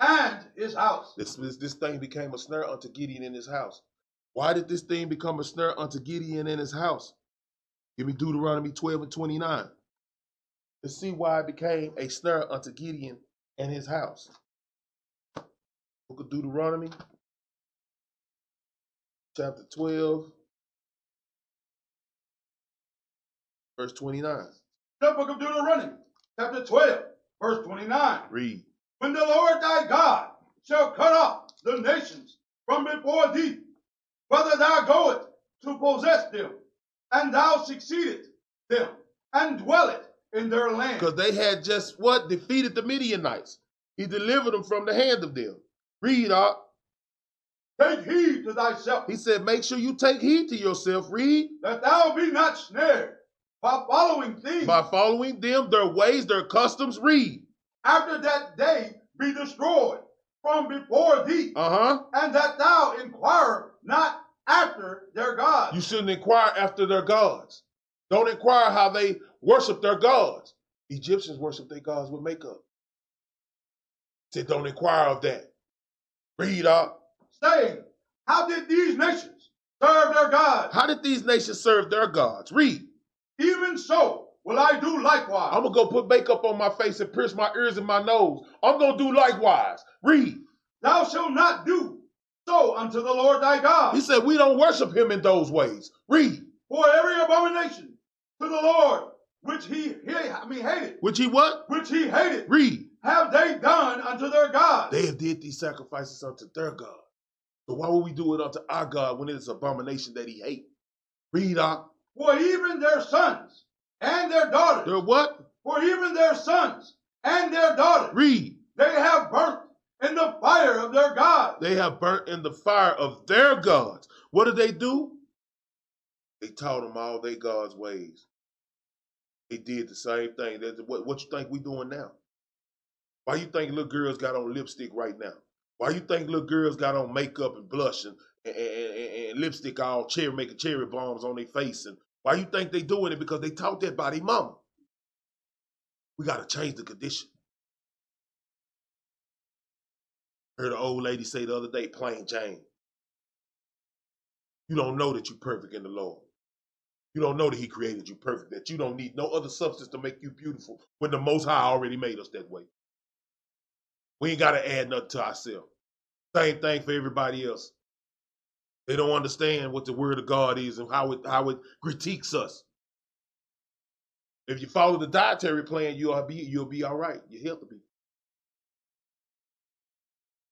[SPEAKER 3] and his house.
[SPEAKER 1] This, this this thing became a snare unto Gideon in his house. Why did this thing become a snare unto Gideon in his house? Give me Deuteronomy 12 and 29. To see why it became a snare unto Gideon and his house. Book of Deuteronomy, chapter 12, verse 29.
[SPEAKER 3] The book of Deuteronomy, chapter 12, verse 29.
[SPEAKER 1] Read.
[SPEAKER 3] When the Lord thy God shall cut off the nations from before thee, whether thou goest to possess them, and thou succeedest them, and dwellest in their land.
[SPEAKER 1] Because they had just what? Defeated the Midianites. He delivered them from the hand of them. Read, uh, Ark.
[SPEAKER 3] Take heed to thyself,
[SPEAKER 1] He said, make sure you take heed to yourself, read,
[SPEAKER 3] that thou be not snared by following things
[SPEAKER 1] by following them, their ways, their customs, read.
[SPEAKER 3] after that day be destroyed from before thee.
[SPEAKER 1] Uh huh.
[SPEAKER 3] and that thou inquire not after their
[SPEAKER 1] You
[SPEAKER 3] gods,
[SPEAKER 1] shouldn't inquire after their gods. Don't inquire how they worship their gods. Egyptians worship their gods with makeup. He said, don't inquire of that. Read up.
[SPEAKER 3] saying, How did these nations serve their gods?
[SPEAKER 1] How did these nations serve their gods? Read.
[SPEAKER 3] Even so will I do likewise.
[SPEAKER 1] I'm going to go put makeup on my face and pierce my ears and my nose. I'm going to do likewise. Read.
[SPEAKER 3] Thou shalt not do so unto the Lord thy
[SPEAKER 1] He
[SPEAKER 3] God,
[SPEAKER 1] said, we don't worship him in those ways. Read.
[SPEAKER 3] for every abomination to the Lord which he, he I mean, hated,
[SPEAKER 1] Which he what?
[SPEAKER 3] which he hated,
[SPEAKER 1] Read.
[SPEAKER 3] have they done unto their gods.
[SPEAKER 1] They have did these sacrifices unto their God. So why would we do it unto our God when it is abomination that he hate? Read uh, up.
[SPEAKER 3] For even their sons and their daughters,
[SPEAKER 1] Their what?
[SPEAKER 3] for even their sons and their daughters,
[SPEAKER 1] Read.
[SPEAKER 3] They have burnt in the fire of their God.
[SPEAKER 1] They have burnt in the fire of their gods. What did they do? They taught them all their God's ways. They did the same thing. That's what, what you think we doing now? Why you think little girls got on lipstick right now? Why you think little girls got on makeup and blush and, and, and- and- and lipstick all cherry making cherry bombs on their face? And why you think they doing it? Because they taught that by their mama. We gotta change the condition. Heard an old lady say the other day, plain Jane. You don't know that you're perfect in the Lord. You don't know that He created you perfect, that you don't need no other substance to make you beautiful when the Most High already made us that way. We ain't got to add nothing to ourselves. Same thing for everybody else. They don't understand what the Word of God is and how it, how it critiques us. If you follow the dietary plan, you'll be you'll be all right. Your health will be.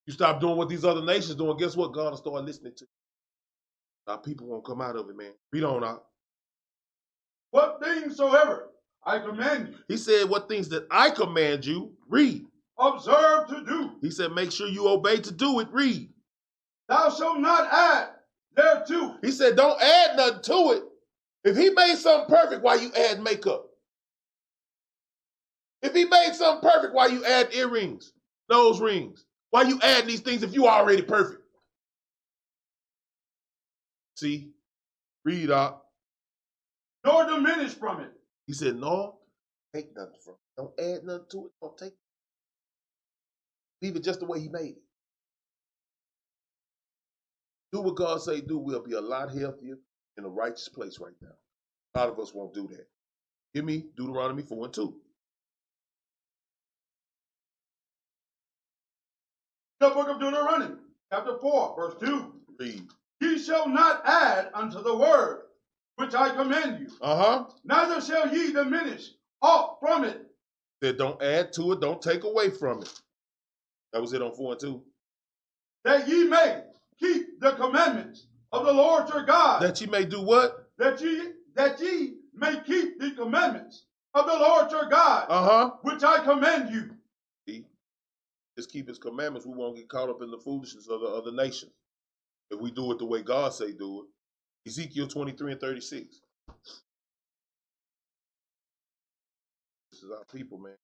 [SPEAKER 1] You stop doing what these other nations doing. Guess what? God will start listening to. you. Our people won't come out of it, man. Read on out.
[SPEAKER 3] What things soever I command you,
[SPEAKER 1] He said, "What things that I command you, read."
[SPEAKER 3] observe to do.
[SPEAKER 1] He said, "Make sure you obey to do it. Read."
[SPEAKER 3] Thou shalt not add thereto.
[SPEAKER 1] He said, "Don't add nothing to it." If He made something perfect, why you add makeup? If He made something perfect, why you add earrings, nose rings? Why you adding these things if you already perfect? See, read out.
[SPEAKER 3] nor diminish from it.
[SPEAKER 1] He said, No, take nothing from it. Don't add nothing to it. Don't take it. Leave it just the way he made it. Do what God say do, we'll be a lot healthier in a righteous place right now. A lot of us won't do that. Give me Deuteronomy 4 and 2.
[SPEAKER 3] The book of Deuteronomy, chapter 4, verse 2.
[SPEAKER 1] Read.
[SPEAKER 3] Ye shall not add unto the word which I command you,
[SPEAKER 1] Uh-huh.
[SPEAKER 3] neither shall ye diminish aught from it.
[SPEAKER 1] Said don't add to it, don't take away from it. That was it on 4 and 2.
[SPEAKER 3] that ye may keep the commandments of the Lord your God, that,
[SPEAKER 1] That ye may do what?
[SPEAKER 3] ye that ye may keep the commandments of the Lord your God,
[SPEAKER 1] Uh-huh.
[SPEAKER 3] which I command you.
[SPEAKER 1] Just keep his commandments. We won't get caught up in the foolishness of the other nations. If we do it the way God say do it. Ezekiel 23 and 36. This is our people, man.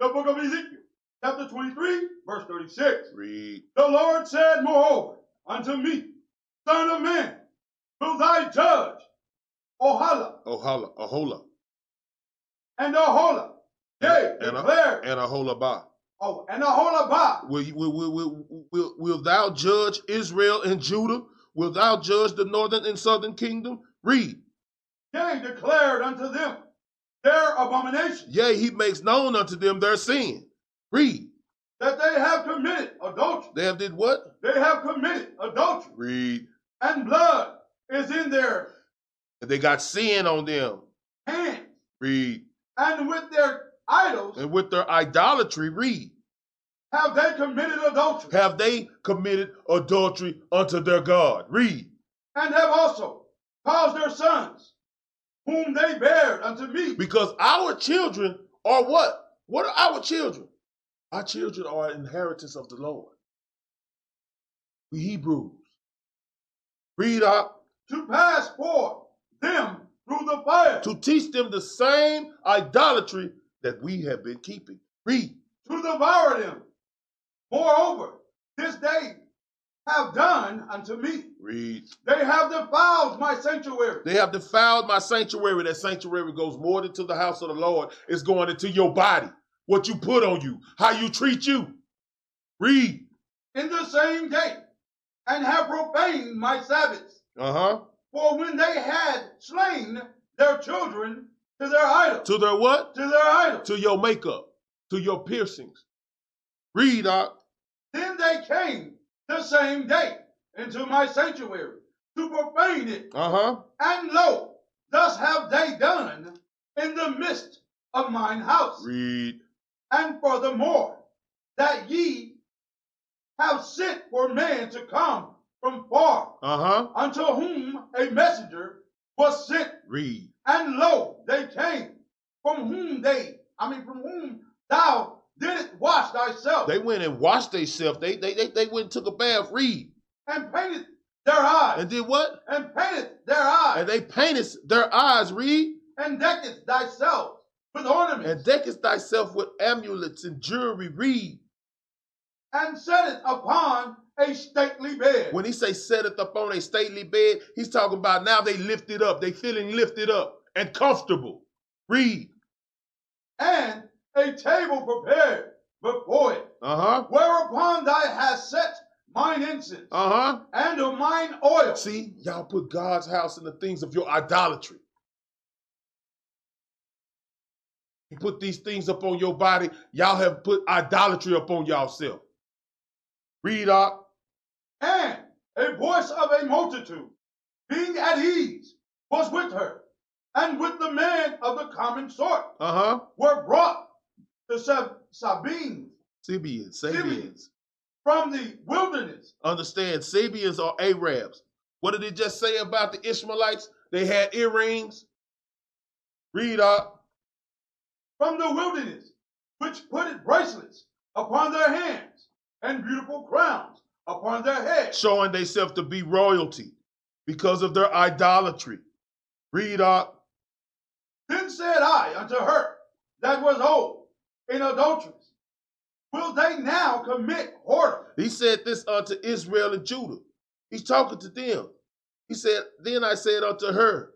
[SPEAKER 3] The book of Ezekiel, chapter 23, verse 36.
[SPEAKER 1] Read.
[SPEAKER 3] The Lord said moreover unto me, Son of man, will thy judge Ohala
[SPEAKER 1] Ohala, Ahola,
[SPEAKER 3] and Ahola, yea,
[SPEAKER 1] And- and-
[SPEAKER 3] declare,
[SPEAKER 1] and Aholabah.
[SPEAKER 3] oh, and Ahola by,
[SPEAKER 1] Will, you- will, will, will, will, will thou judge Israel and Judah? Will thou judge the northern and southern kingdom? Read.
[SPEAKER 3] yea, declared unto them their abomination.
[SPEAKER 1] Yea, he makes known unto them their sin. Read.
[SPEAKER 3] that they have committed adultery.
[SPEAKER 1] They have did what?
[SPEAKER 3] They have committed adultery,
[SPEAKER 1] Read.
[SPEAKER 3] and blood is in their
[SPEAKER 1] And they got sin on them.
[SPEAKER 3] hands,
[SPEAKER 1] Read.
[SPEAKER 3] and with their idols
[SPEAKER 1] and with their idolatry, read,
[SPEAKER 3] have they committed adultery,
[SPEAKER 1] have they committed adultery unto their God? Read.
[SPEAKER 3] and have also caused their sons, whom they bare unto me,
[SPEAKER 1] Because our children are what? What are our children? Our children are an inheritance of the Lord. We Hebrews. Read up
[SPEAKER 3] to pass forth them through the fire, to
[SPEAKER 1] to teach them the same idolatry that we have been keeping. Read.
[SPEAKER 3] devour them. Moreover, this day have done unto me.
[SPEAKER 1] Read.
[SPEAKER 3] They have defiled my sanctuary.
[SPEAKER 1] They have defiled my sanctuary. That sanctuary goes more than to the house of the Lord. It's going into your body, what you put on you, how you treat you. Read.
[SPEAKER 3] in the same day and have profaned my Sabbaths.
[SPEAKER 1] Uh huh.
[SPEAKER 3] For when they had slain their children to their idols,
[SPEAKER 1] To their what?
[SPEAKER 3] to their idols,
[SPEAKER 1] To your makeup, to your piercings. Read out.
[SPEAKER 3] then they came the same day into my sanctuary to profane it.
[SPEAKER 1] Uh huh.
[SPEAKER 3] And lo, thus have they done in the midst of mine house.
[SPEAKER 1] Read.
[SPEAKER 3] And furthermore, that ye have sent for men to come from far,
[SPEAKER 1] Uh huh.
[SPEAKER 3] unto whom a messenger was sent
[SPEAKER 1] Read.
[SPEAKER 3] And lo, they came from whom they, I mean, from whom thou didst wash thyself
[SPEAKER 1] They went and washed themselves. They, they they they went and took a bath. Read.
[SPEAKER 3] and painted their eyes
[SPEAKER 1] And did what?
[SPEAKER 3] and painted their eyes
[SPEAKER 1] And they painted their eyes. Read.
[SPEAKER 3] and decked thyself with ornaments
[SPEAKER 1] And deckest thyself with amulets and jewelry. Read.
[SPEAKER 3] and set it upon a stately bed.
[SPEAKER 1] When he say set it up on a stately bed, he's talking about now they lifted up. They feeling lifted up and comfortable. Read.
[SPEAKER 3] and a table prepared before it,
[SPEAKER 1] Uh huh.
[SPEAKER 3] whereupon thou hast set mine incense
[SPEAKER 1] Uh huh.
[SPEAKER 3] and of mine oil.
[SPEAKER 1] See, y'all put God's house in the things of your idolatry. You put these things up on your body. Y'all have put idolatry upon y'allself. Read up.
[SPEAKER 3] And a voice of a multitude, being at ease, was with her, and with the man of the common sort
[SPEAKER 1] Uh huh.
[SPEAKER 3] were brought the Sab- Sabines
[SPEAKER 1] Sibians,
[SPEAKER 3] Sibians.
[SPEAKER 1] Sabians.
[SPEAKER 3] from the wilderness,
[SPEAKER 1] Understand, Sabians are Arabs. What did it just say about the Ishmaelites? They had earrings. Read up.
[SPEAKER 3] from the wilderness, which put bracelets upon their hands and beautiful crowns upon their heads.
[SPEAKER 1] Showing themselves to be royalty because of their idolatry. Read up.
[SPEAKER 3] Then said I unto her that was old in adulteress, Will they now commit whoredom?
[SPEAKER 1] He said this unto Israel and Judah. He's talking to them. He said, Then I said unto her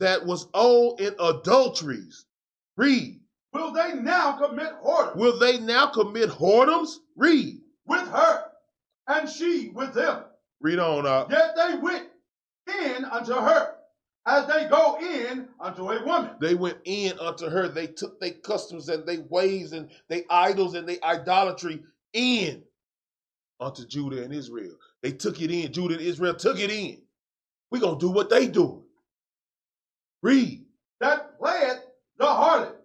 [SPEAKER 1] that was old in adulteries. Read.
[SPEAKER 3] Will they now commit whoredom
[SPEAKER 1] Will they now commit whoredoms? Read.
[SPEAKER 3] with her, and she with them?
[SPEAKER 1] Read on up.
[SPEAKER 3] Yet they went in unto her, as they go in unto a woman.
[SPEAKER 1] They went in unto her. They took their customs and their ways and their idols and their idolatry in unto Judah and Israel. They took it in. Judah and Israel took it in. We're going to do what they doing. Read.
[SPEAKER 3] that playeth the harlot.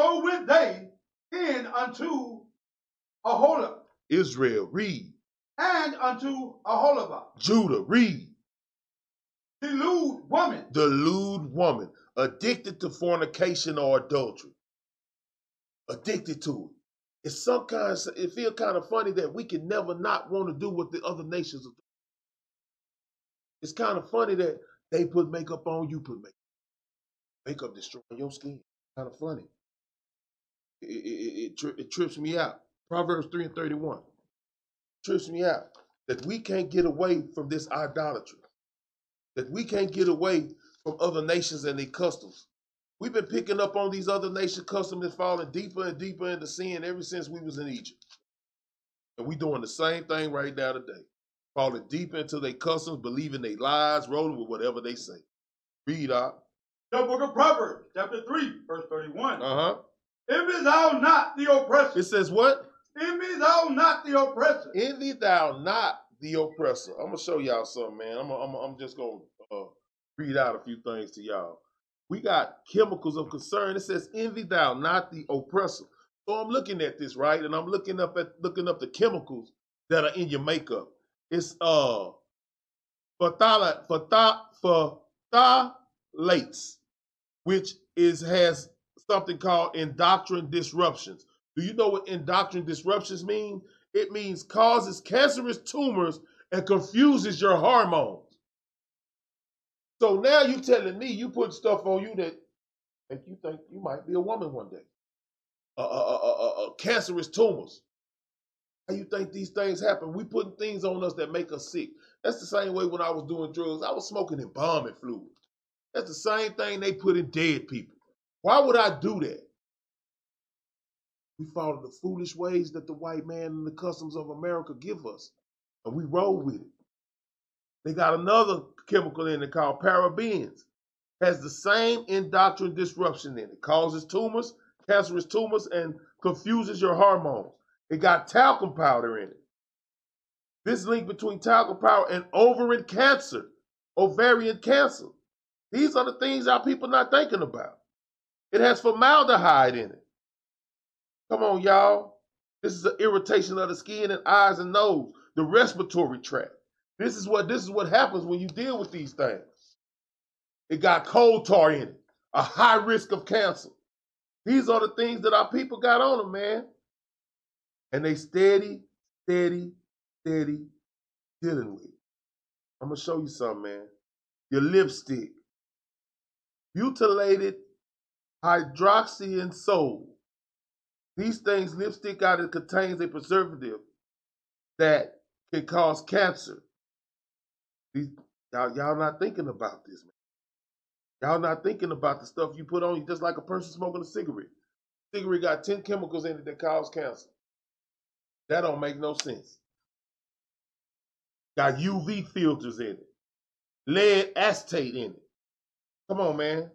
[SPEAKER 3] So went they in unto Aholah
[SPEAKER 1] Israel, read.
[SPEAKER 3] and unto Aholibah,
[SPEAKER 1] Judah, read.
[SPEAKER 3] the lewd woman,
[SPEAKER 1] The lewd woman, addicted to fornication or adultery. Addicted to it. It's some kind of, it feel kind of funny that we can never not want to do what the other nations are doing. It's kind of funny that they put makeup on, you put makeup. Makeup destroying your skin. Kind of funny. It, it, it, it, tri- it trips me out. Proverbs 3 and 31 trips me out that we can't get away from this idolatry that we can't get away from other nations and their customs. We've been picking up on these other nation customs and falling deeper and deeper into sin ever since we was in Egypt. And we doing the same thing right now today. Falling deeper into their customs, believing they lies, rolling with whatever they say. Read up.
[SPEAKER 3] the book of Proverbs, chapter 3, verse 31.
[SPEAKER 1] Uh-huh.
[SPEAKER 3] Envy thou not the oppressor.
[SPEAKER 1] It says what?
[SPEAKER 3] Envy thou not the oppressor.
[SPEAKER 1] Envy thou not the oppressor. I'm gonna show y'all something, man. I'm I'm, I'm just gonna uh, read out a few things to y'all. We got chemicals of concern. It says, "Envy thou not the oppressor." So I'm looking at this right, and I'm looking up at looking up the chemicals that are in your makeup. It's uh, phthala- phthal- phthalates, which is has something called endocrine disruptions. Do you know what endocrine disruptions mean? It means causes cancerous tumors and confuses your hormones. So now you telling me you put stuff on you that make you think you might be a woman one day. Uh, uh, uh, uh, uh, uh, cancerous tumors. How you think these things happen? We putting things on us that make us sick. That's the same way when I was doing drugs. I was smoking embalming fluid. That's the same thing they put in dead people. Why would I do that? We follow the foolish ways that the white man and the customs of America give us, and we roll with it. They got another chemical in it called parabens. Has the same endocrine disruption in it. Causes tumors, cancerous tumors, and confuses your hormones. It got talcum powder in it. This link between talcum powder and ovarian cancer, ovarian cancer. These are the things our people not thinking about. It has formaldehyde in it. Come on, y'all. This is an irritation of the skin and eyes and nose, the respiratory tract. This is what this is what happens when you deal with these things. It got coal tar in it, a high risk of cancer. These are the things that our people got on them, man. And they steady, steady, steady dealing with. it. I'm gonna show you something, man. Your lipstick, butylated hydroxy sold. These things, lipstick out, it contains a preservative that can cause cancer. These, y'all, y'all not thinking about this, man. Y'all not thinking about the stuff you put on you, just like a person smoking a cigarette. Cigarette got 10 chemicals in it that cause cancer. That don't make no sense. Got UV filters in it, lead acetate in it. Come on, man.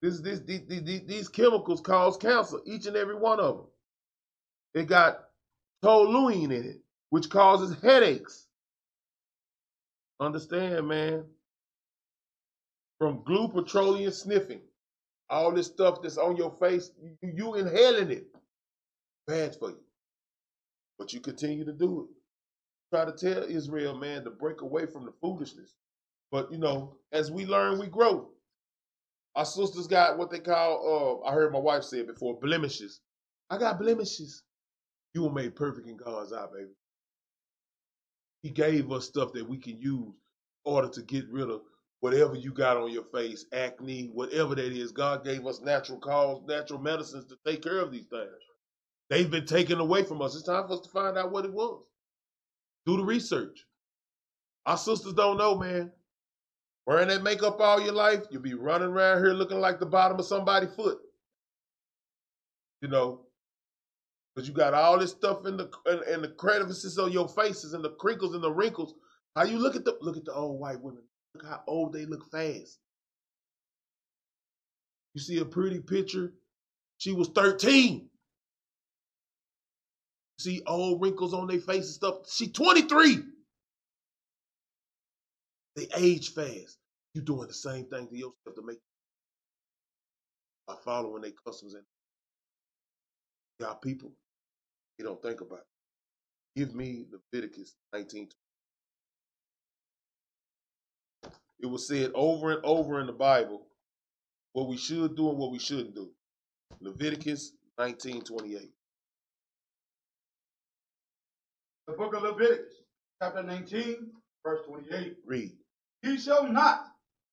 [SPEAKER 1] This, this, these, these, these chemicals cause cancer, each and every one of them. It got toluene in it, which causes headaches. Understand, man? From glue, petroleum, sniffing, all this stuff that's on your face, you, you inhaling it. Bad for you. But you continue to do it. Try to tell Israel, man, to break away from the foolishness. But you know, as we learn, we grow. Our sisters got what they call, uh, I heard my wife say it before, blemishes. I got blemishes. You were made perfect in God's eye, baby. He gave us stuff that we can use in order to get rid of whatever you got on your face, acne, whatever that is. God gave us natural cause, natural medicines to take care of these things. They've been taken away from us. It's time for us to find out what it was. Do the research. Our sisters don't know, man. Wearing that makeup all your life, you'll be running around here looking like the bottom of somebody's foot. You know, Cause you got all this stuff in the in, in the crevices of your faces and the crinkles and the wrinkles. How you look at the look at the old white women. Look how old they look fast. You see a pretty picture. She was 13. See old wrinkles on their face and stuff. She 23. They age fast. You doing the same thing to yourself to make by following their customs and y'all people. You don't think about it. Give me Leviticus 19. It was said over and over in the Bible what we should do and what we shouldn't do. Leviticus 19:28.
[SPEAKER 3] The book of Leviticus, chapter 19, verse 28.
[SPEAKER 1] Read.
[SPEAKER 3] Ye shall not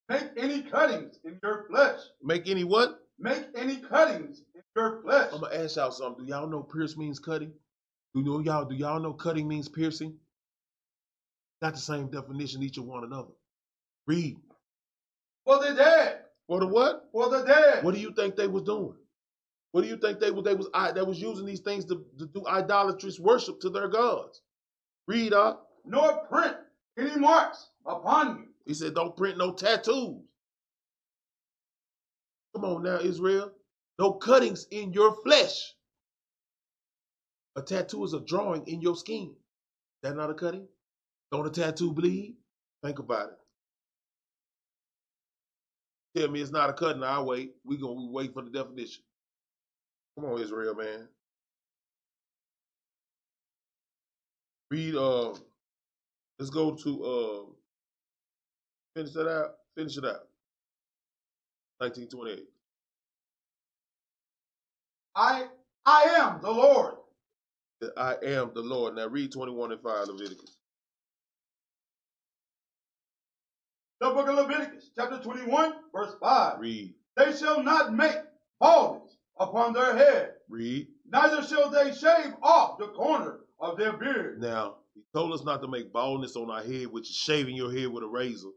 [SPEAKER 3] make any cuttings in your flesh.
[SPEAKER 1] Make any what?
[SPEAKER 3] Make any cuttings in your flesh.
[SPEAKER 1] I'm gonna ask y'all something. Do y'all know pierce means cutting? Do you y'all do y'all know cutting means piercing? Not the same definition each of one another. Read.
[SPEAKER 3] For the dead.
[SPEAKER 1] For the what?
[SPEAKER 3] For the dead.
[SPEAKER 1] What do you think they was doing? What do you think they was they was I they was using these things to, to do idolatrous worship to their gods? Read uh. up.
[SPEAKER 3] Nor print any marks upon you.
[SPEAKER 1] He said, don't print no tattoos. Come on now, Israel. No cuttings in your flesh. A tattoo is a drawing in your skin. That not a cutting? Don't a tattoo bleed? Think about it. Tell me it's not a cutting. I wait. We gonna we wait for the definition. Come on, Israel, man. Read. Uh, let's go to uh, finish that out. Finish it out. 1928.
[SPEAKER 3] I I am the Lord.
[SPEAKER 1] that I am the Lord. Now read 21 and 5 Leviticus.
[SPEAKER 3] The book of Leviticus, chapter 21, verse 5.
[SPEAKER 1] Read,
[SPEAKER 3] They shall not make baldness upon their head,
[SPEAKER 1] read.
[SPEAKER 3] neither shall they shave off the corner of their beard.
[SPEAKER 1] Now, he told us not to make baldness on our head, which is shaving your head with a razor.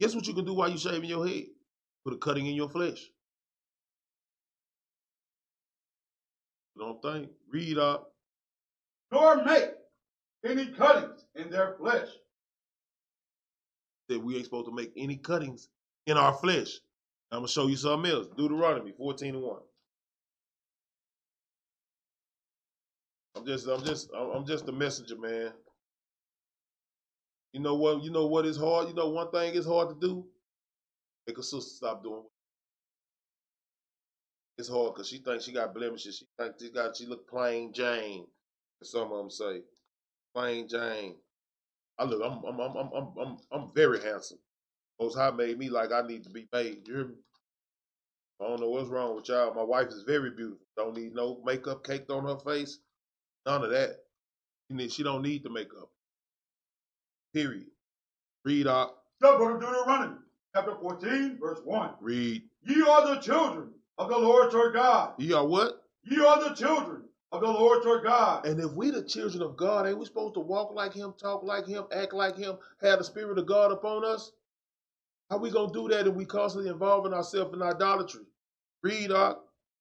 [SPEAKER 1] Guess what you can do while you shaving your head? Put a cutting in your flesh. You know what I'm saying? Read up.
[SPEAKER 3] Nor make any cuttings in their flesh.
[SPEAKER 1] That we ain't supposed to make any cuttings in our flesh. I'm gonna show you something else. Deuteronomy 14 and 1. I'm just, I'm just, I'm I'm just a messenger, man. You know what? You know what is hard. You know one thing is hard to do. Make a sister stop doing. It's hard because she thinks she got blemishes. She thinks she got. She look plain Jane. as Some of them say, plain Jane. I look. I'm, I'm, I'm, I'm, I'm, I'm, I'm very handsome. Most High made me like I need to be made. You hear me? I don't know what's wrong with y'all. My wife is very beautiful. Don't need no makeup caked on her face. None of that. She, need, she don't need the makeup. Period. Read up.
[SPEAKER 3] The book of Deuteronomy, chapter 14, verse 1.
[SPEAKER 1] Read.
[SPEAKER 3] Ye are the children of the Lord your God.
[SPEAKER 1] Ye are what?
[SPEAKER 3] Ye are the children of the Lord your God.
[SPEAKER 1] And if we the children of God, ain't we supposed to walk like him, talk like him, act like him, have the spirit of God upon us? How we gonna do that if we constantly involving ourselves in idolatry? Read, uh,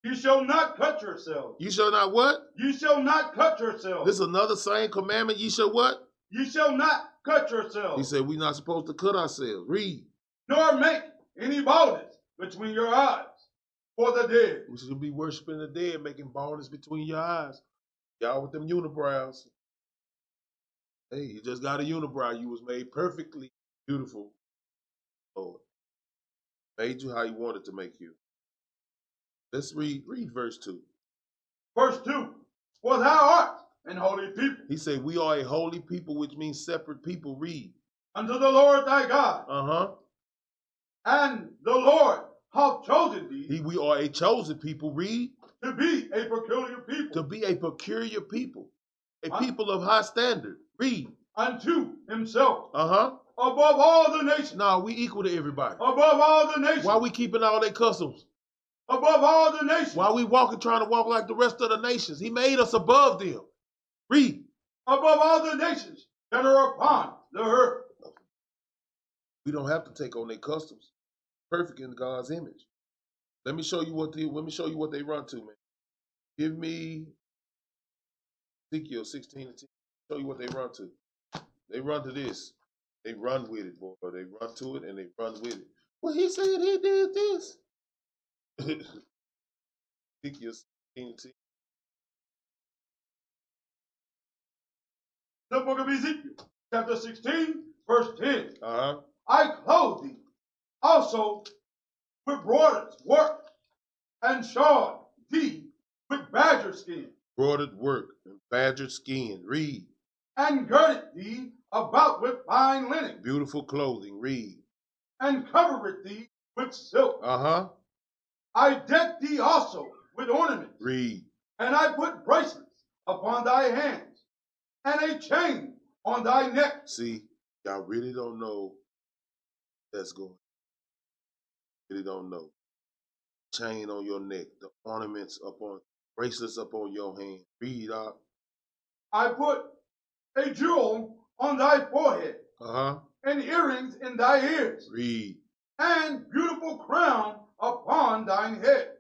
[SPEAKER 3] You shall not cut yourself.
[SPEAKER 1] you shall not what?
[SPEAKER 3] You shall not cut yourself.
[SPEAKER 1] This is another same commandment. You shall what?
[SPEAKER 3] You shall not cut yourself.
[SPEAKER 1] He said we're not supposed to cut ourselves. Read.
[SPEAKER 3] nor make any boldness between your eyes for the dead.
[SPEAKER 1] We should be worshiping the dead, making bones between your eyes. Y'all with them unibrows. Hey, you just got a unibrow. You was made perfectly beautiful. Lord. Made you how he wanted to make you. Let's read read verse two.
[SPEAKER 3] Verse 2 For thou art an holy people
[SPEAKER 1] He said, We are a holy people, which means separate people. Read.
[SPEAKER 3] unto the Lord thy God,
[SPEAKER 1] Uh-huh.
[SPEAKER 3] and the Lord hath chosen thee
[SPEAKER 1] He, we are a chosen people. Read.
[SPEAKER 3] to be a peculiar people
[SPEAKER 1] To be a peculiar people. A
[SPEAKER 3] Huh?
[SPEAKER 1] people of high standard. Read.
[SPEAKER 3] unto himself
[SPEAKER 1] Uh-huh.
[SPEAKER 3] above all the nations,
[SPEAKER 1] No, we equal to everybody.
[SPEAKER 3] above all the nations,
[SPEAKER 1] Why we keeping all their customs?
[SPEAKER 3] above all the nations,
[SPEAKER 1] Why we walking trying to walk like the rest of the nations? He made us above them. Read.
[SPEAKER 3] above all the nations that are upon the earth.
[SPEAKER 1] We don't have to take on their customs. Perfect in God's image. Let me show you what they let me show you what they run to, man. Give me Ezekiel 16 and 10. Show you what they run to. They run to this. They run with it, boy. They run to it and they run with it. Well, he said he did this. Ezekiel 16 and 10.
[SPEAKER 3] The book of Ezekiel, chapter 16, verse 10.
[SPEAKER 1] Uh-huh.
[SPEAKER 3] I clothe thee also with broadest work, and shod thee with badger skin,
[SPEAKER 1] Broidered work and badgered skin. Read.
[SPEAKER 3] and girded thee about with fine linen,
[SPEAKER 1] Beautiful clothing. Read.
[SPEAKER 3] and covered thee with silk.
[SPEAKER 1] Uh huh.
[SPEAKER 3] I decked thee also with ornaments,
[SPEAKER 1] Read.
[SPEAKER 3] and I put bracelets upon thy hands, and a chain on thy neck.
[SPEAKER 1] See, y'all really don't know that's going. Really don't know. Chain on your neck, the ornaments up on, bracelets up on your hand. Read out.
[SPEAKER 3] I put a jewel on thy forehead,
[SPEAKER 1] Uh huh.
[SPEAKER 3] and earrings in thy ears.
[SPEAKER 1] Read.
[SPEAKER 3] and beautiful crown upon thine head.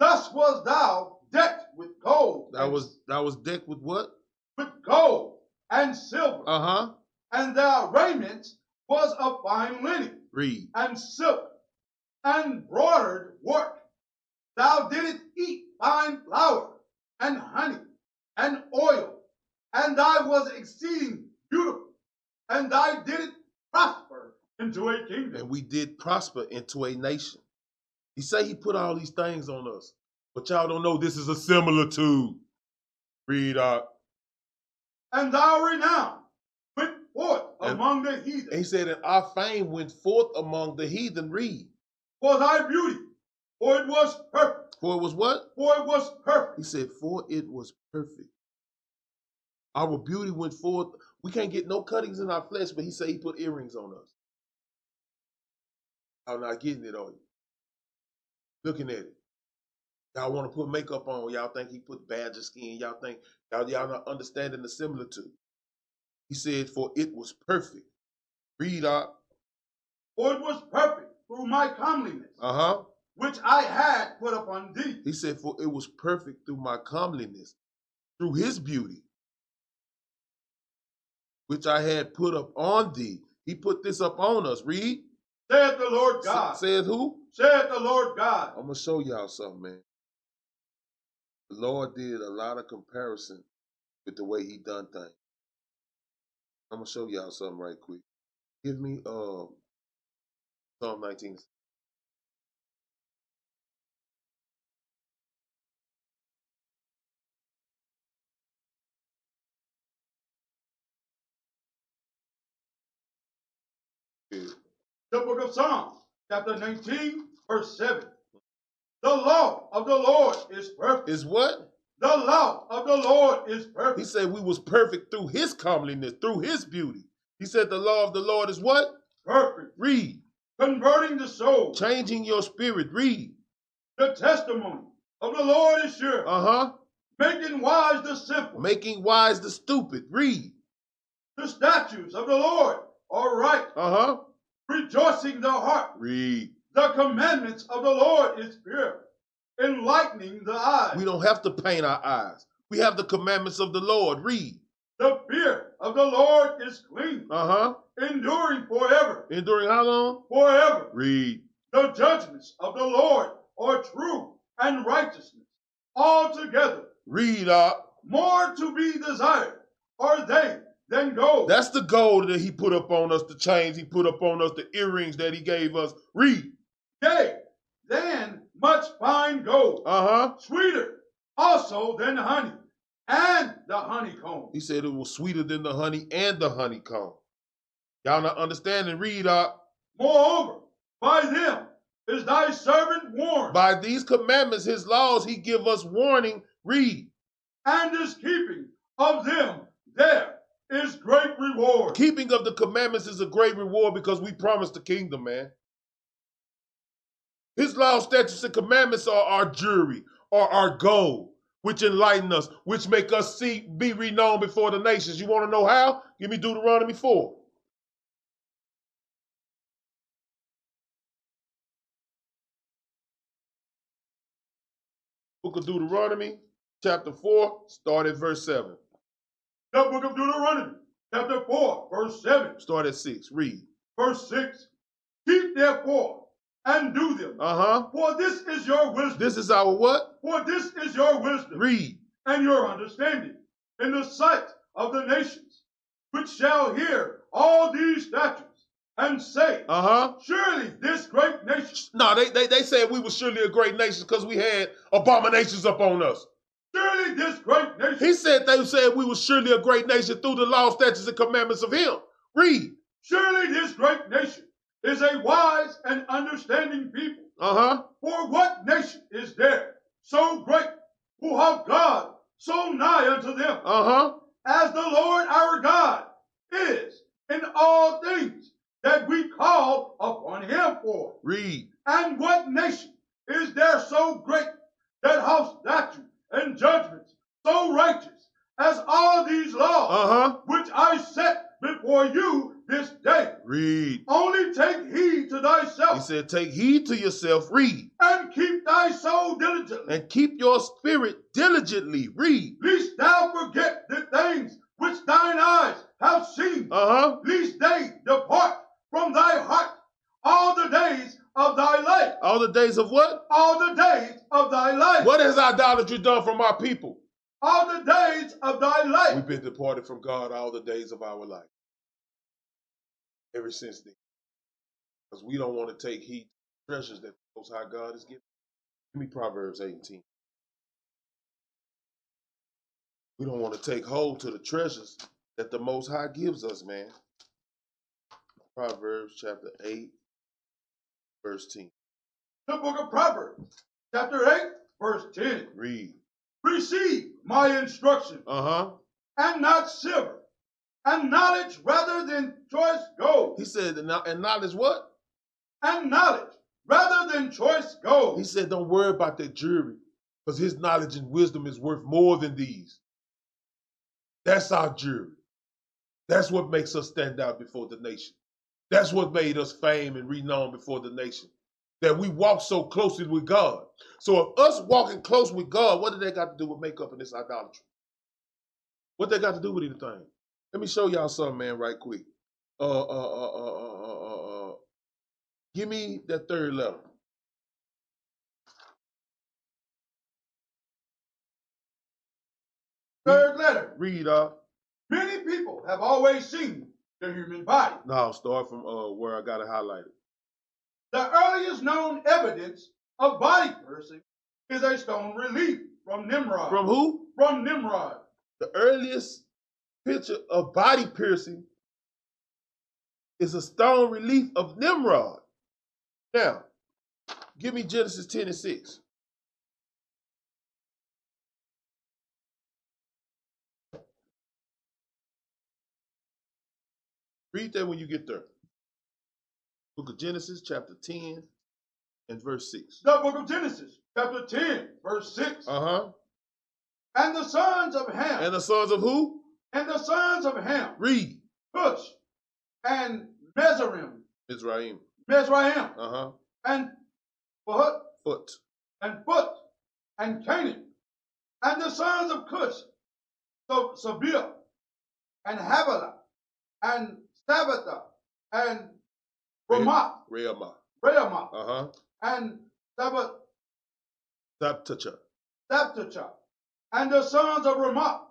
[SPEAKER 3] Thus was thou decked with gold.
[SPEAKER 1] That was that was decked with what?
[SPEAKER 3] with gold and silver,
[SPEAKER 1] Uh huh.
[SPEAKER 3] and thy raiment was of fine linen
[SPEAKER 1] Read.
[SPEAKER 3] and silk and broidered work. Thou didst eat fine flour and honey and oil, and thy was exceeding beautiful, and thy didst prosper into a kingdom.
[SPEAKER 1] And we did prosper into a nation. He say he put all these things on us, but y'all don't know this is a similitude. Read out.
[SPEAKER 3] and thou renown went forth
[SPEAKER 1] And-
[SPEAKER 3] among the
[SPEAKER 1] And he
[SPEAKER 3] heathen
[SPEAKER 1] said, and our fame went forth among the heathen. Read.
[SPEAKER 3] for thy beauty, for it was perfect,
[SPEAKER 1] For it was what?
[SPEAKER 3] for it was perfect.
[SPEAKER 1] He said, For it was perfect. Our beauty went forth. We can't get no cuttings in our flesh, but he said he put earrings on us. I'm not getting it on you. Looking at it. Y'all want to put makeup on. Y'all think he put badger skin. Y'all think y'all, y'all not understanding the similitude. He said, For it was perfect. Read up.
[SPEAKER 3] For it was perfect through my comeliness,
[SPEAKER 1] Uh-huh.
[SPEAKER 3] which I had put upon thee.
[SPEAKER 1] He said, For it was perfect through my comeliness, through his beauty, which I had put up on thee. He put this up on us. Read.
[SPEAKER 3] Said the Lord God,
[SPEAKER 1] S- Said who?
[SPEAKER 3] said the Lord God.
[SPEAKER 1] I'm going to show y'all something, man. The Lord did a lot of comparison with the way he done things. I'm going to show y'all something right quick. Give me uh, Psalm 19. Good.
[SPEAKER 3] The book of Psalms, chapter 19, verse 7. The law of the Lord is perfect.
[SPEAKER 1] Is what?
[SPEAKER 3] The law of the Lord is
[SPEAKER 1] He
[SPEAKER 3] perfect.
[SPEAKER 1] said we was perfect through his comeliness, through his beauty. He said the law of the Lord is what?
[SPEAKER 3] Perfect.
[SPEAKER 1] Read.
[SPEAKER 3] Converting the soul.
[SPEAKER 1] Changing your spirit. Read.
[SPEAKER 3] The testimony of the Lord is sure.
[SPEAKER 1] Uh-huh.
[SPEAKER 3] making wise the simple.
[SPEAKER 1] Making wise the stupid. Read.
[SPEAKER 3] The statutes of the Lord are right.
[SPEAKER 1] Uh-huh.
[SPEAKER 3] rejoicing the heart.
[SPEAKER 1] Read.
[SPEAKER 3] The commandments of the Lord is pure, enlightening the
[SPEAKER 1] We
[SPEAKER 3] eyes.
[SPEAKER 1] don't have to paint our eyes. We have the commandments of the Lord. Read.
[SPEAKER 3] The fear of the Lord is clean,
[SPEAKER 1] Uh huh.
[SPEAKER 3] enduring forever,
[SPEAKER 1] Enduring how long?
[SPEAKER 3] forever.
[SPEAKER 1] Read.
[SPEAKER 3] The judgments of the Lord are true and righteousness altogether.
[SPEAKER 1] Read up.
[SPEAKER 3] More to be desired are they than gold,
[SPEAKER 1] That's the gold that he put up on us, the chains he put up on us, the earrings that he gave us. Read.
[SPEAKER 3] yea, than much fine gold.
[SPEAKER 1] Uh huh.
[SPEAKER 3] sweeter also than honey and the honeycomb.
[SPEAKER 1] He said it was sweeter than the honey and the honeycomb. Y'all not understanding? Read up.
[SPEAKER 3] Moreover, by them is thy servant warned,
[SPEAKER 1] By these commandments, his laws, he give us warning. Read.
[SPEAKER 3] and is keeping of them there is great reward.
[SPEAKER 1] Keeping of the commandments is a great reward because we promised the kingdom, man. His laws, statutes, and commandments are our jury, are our goal, which enlighten us, which make us see, be renowned before the nations. You want to know how? Give me Deuteronomy 4. Book of Deuteronomy, chapter 4, start at verse 7.
[SPEAKER 3] The book of Deuteronomy, chapter 4, verse 7,
[SPEAKER 1] Start at 6. Read.
[SPEAKER 3] verse 6. Keep therefore and do them,
[SPEAKER 1] Uh huh.
[SPEAKER 3] for this is your wisdom,
[SPEAKER 1] This is our what?
[SPEAKER 3] for this is your wisdom
[SPEAKER 1] Read.
[SPEAKER 3] and your understanding in the sight of the nations, which shall hear all these statutes and say,
[SPEAKER 1] Uh huh.
[SPEAKER 3] Surely this great nation,
[SPEAKER 1] No, they, they they said we were surely a great nation because we had abominations up on us.
[SPEAKER 3] surely this great nation,
[SPEAKER 1] He said they said we were surely a great nation through the law, statutes, and commandments of him. Read.
[SPEAKER 3] surely this great nation is a wise and understanding people.
[SPEAKER 1] Uh-huh.
[SPEAKER 3] For what nation is there so great who have God so nigh unto them
[SPEAKER 1] Uh-huh.
[SPEAKER 3] as the Lord our God is in all things that we call upon him for?
[SPEAKER 1] Read.
[SPEAKER 3] And what nation is there so great that hath statutes and judgments so righteous as all these laws?
[SPEAKER 1] Uh-huh.
[SPEAKER 3] which I set before you this day.
[SPEAKER 1] Read.
[SPEAKER 3] Only take heed to
[SPEAKER 1] He
[SPEAKER 3] thyself
[SPEAKER 1] said, take heed to yourself. Read.
[SPEAKER 3] and keep thy soul diligently,
[SPEAKER 1] And keep your spirit diligently. Read.
[SPEAKER 3] lest thou forget the things which thine eyes have seen,
[SPEAKER 1] Uh-huh.
[SPEAKER 3] lest they depart from thy heart all the days of thy life,
[SPEAKER 1] All the days of what?
[SPEAKER 3] all the days of thy life,
[SPEAKER 1] What has idolatry done from our people?
[SPEAKER 3] all the days of thy life.
[SPEAKER 1] We've been departed from God all the days of our life. Ever since then. Because we don't want to take heed to the treasures that the Most High God has given. Give me Proverbs 18. We don't want to take hold to the treasures that the Most High gives us, man. Proverbs chapter 8, verse 10.
[SPEAKER 3] The book of Proverbs, chapter 8, verse 10.
[SPEAKER 1] Read.
[SPEAKER 3] Receive my instruction.
[SPEAKER 1] Uh huh.
[SPEAKER 3] and not silver, and knowledge rather than choice gold,
[SPEAKER 1] He said, and now- and knowledge what?
[SPEAKER 3] and knowledge rather than choice
[SPEAKER 1] He
[SPEAKER 3] gold.
[SPEAKER 1] said, Don't worry about that jury, because his knowledge and wisdom is worth more than these. That's our jury. That's what makes us stand out before the nation. That's what made us fame and renowned before the nation. That we walk so closely with God. So if us walking close with God, what did that got to do with makeup and this idolatry? What they got to do with anything? Let me show y'all something, man, right quick. Uh, uh, uh, uh, uh, uh, uh. Give me that third level.
[SPEAKER 3] Third letter.
[SPEAKER 1] Read uh, up.
[SPEAKER 3] Many people have always seen the human body.
[SPEAKER 1] No, start from uh where I got it highlighted.
[SPEAKER 3] The earliest known evidence of body piercing is a stone relief from Nimrod.
[SPEAKER 1] From who?
[SPEAKER 3] From Nimrod.
[SPEAKER 1] The earliest picture of body piercing is a stone relief of Nimrod. Now, give me Genesis 10 and 6. Read that when you get there. Book of Genesis, chapter 10 and verse 6.
[SPEAKER 3] The book of Genesis, chapter 10, verse 6.
[SPEAKER 1] Uh huh.
[SPEAKER 3] and the sons of Ham,
[SPEAKER 1] And the sons of who?
[SPEAKER 3] and the sons of Ham,
[SPEAKER 1] Read.
[SPEAKER 3] Cush, and Mezarim,
[SPEAKER 1] Mizraim.
[SPEAKER 3] Mizraim,
[SPEAKER 1] Uh huh.
[SPEAKER 3] and Foot,
[SPEAKER 1] Foot.
[SPEAKER 3] and Foot, and Canaan, and the sons of Cush, so Sabir, and Havilah, and Sabbatha, and Ramoth,
[SPEAKER 1] Reama.
[SPEAKER 3] Ramoth,
[SPEAKER 1] Uh huh.
[SPEAKER 3] and Sabbath,
[SPEAKER 1] Taptacha.
[SPEAKER 3] Sabtachah, and the sons of Ramoth,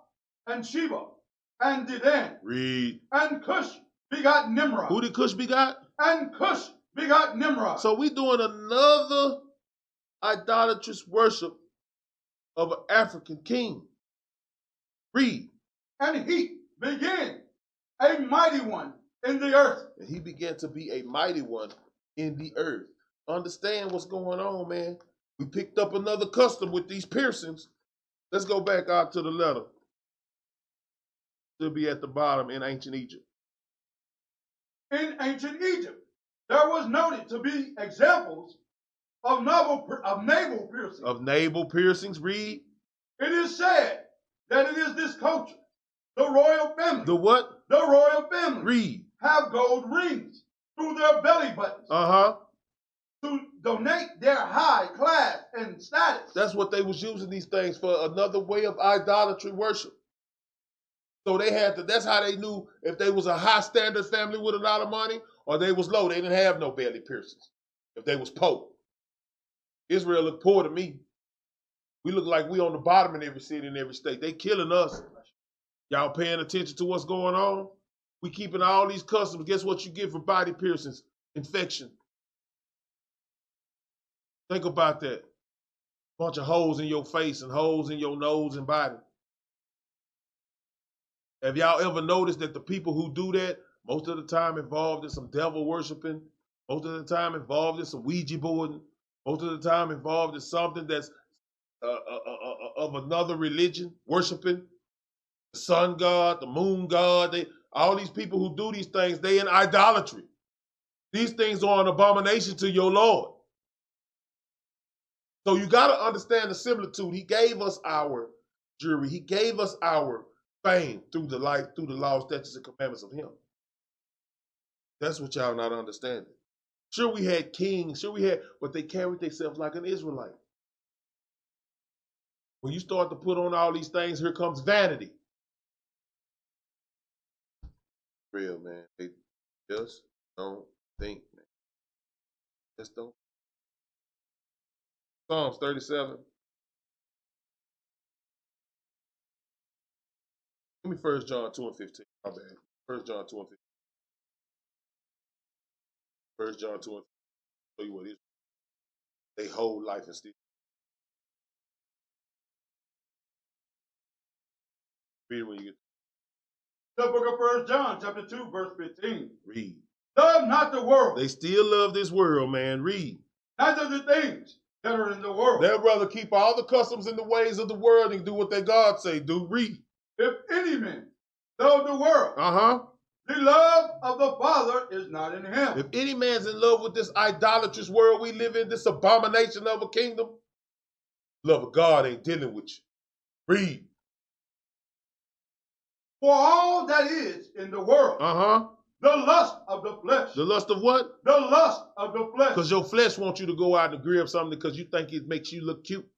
[SPEAKER 3] and Sheba, and Dedan,
[SPEAKER 1] Read.
[SPEAKER 3] and Cush begot Nimrod,
[SPEAKER 1] Who did Cush begot?
[SPEAKER 3] and Cush begot Nimrod.
[SPEAKER 1] So we doing another idolatrous worship of an African king. Read.
[SPEAKER 3] and he began a mighty one in the earth.
[SPEAKER 1] And he began to be a mighty one in the earth. Understand what's going on, man. We picked up another custom with these piercings. Let's go back out to the letter. Should be at the bottom in ancient Egypt.
[SPEAKER 3] In ancient Egypt, there was noted to be examples of navel, of navel piercing.
[SPEAKER 1] Of navel piercings, read
[SPEAKER 3] It is said that it is this culture, the royal family,
[SPEAKER 1] the
[SPEAKER 3] the,
[SPEAKER 1] what?
[SPEAKER 3] royal family
[SPEAKER 1] Read.
[SPEAKER 3] have gold rings through their belly buttons
[SPEAKER 1] Uh huh.
[SPEAKER 3] to donate their high class and status.
[SPEAKER 1] That's what they was using these things for another way of idolatry worship. So they had to. That's how they knew if they was a high standard family with a lot of money or they was low. They didn't have no belly piercings. If they was poor, Israel looked poor to me. We look like we on the bottom in every city and every state. They killing us. Y'all paying attention to what's going on? We keeping all these customs. Guess what you get for body piercings? Infection. Think about that bunch of holes in your face and holes in your nose and body. Have y'all ever noticed that the people who do that most of the time involved in some devil worshiping, most of the time involved in some Ouija boarding, most of the time involved in something that's uh, uh, uh, uh, of another religion, worshiping the sun god, the moon god. They all these people who do these things, they in idolatry. These things are an abomination to your Lord. So you got to understand the similitude. He gave us our jury. He gave us our fame through the life, through the law, statutes, and commandments of Him. That's what y'all not understanding. Sure, we had kings. Sure, we had, but they carried themselves like an Israelite. When you start to put on all these things, here comes vanity. Real man, they just don't think, man. Just don't. Psalms 37. Give me first John 2 and 15. My bad. First John 2 and 15. First John 2 and 15. Show you what it is. They whole life and still. Read when you get
[SPEAKER 3] The book of First John, chapter 2, verse 15.
[SPEAKER 1] read.
[SPEAKER 3] Love not the world,
[SPEAKER 1] They still love this world, man. Read.
[SPEAKER 3] neither the things that are in the world.
[SPEAKER 1] They'd rather keep all the customs and the ways of the world and do what their God say. Do read.
[SPEAKER 3] If any man love the world,
[SPEAKER 1] Uh-huh.
[SPEAKER 3] The love of the Father is not in him.
[SPEAKER 1] If any man's in love with this idolatrous world we live in, this abomination of a kingdom, love of God ain't dealing with you. Read.
[SPEAKER 3] For all that is in the world,
[SPEAKER 1] Uh huh.
[SPEAKER 3] the lust of the flesh,
[SPEAKER 1] The lust of what?
[SPEAKER 3] the lust of the flesh,
[SPEAKER 1] Because your flesh wants you to go out and grab something because you think it makes you look cute.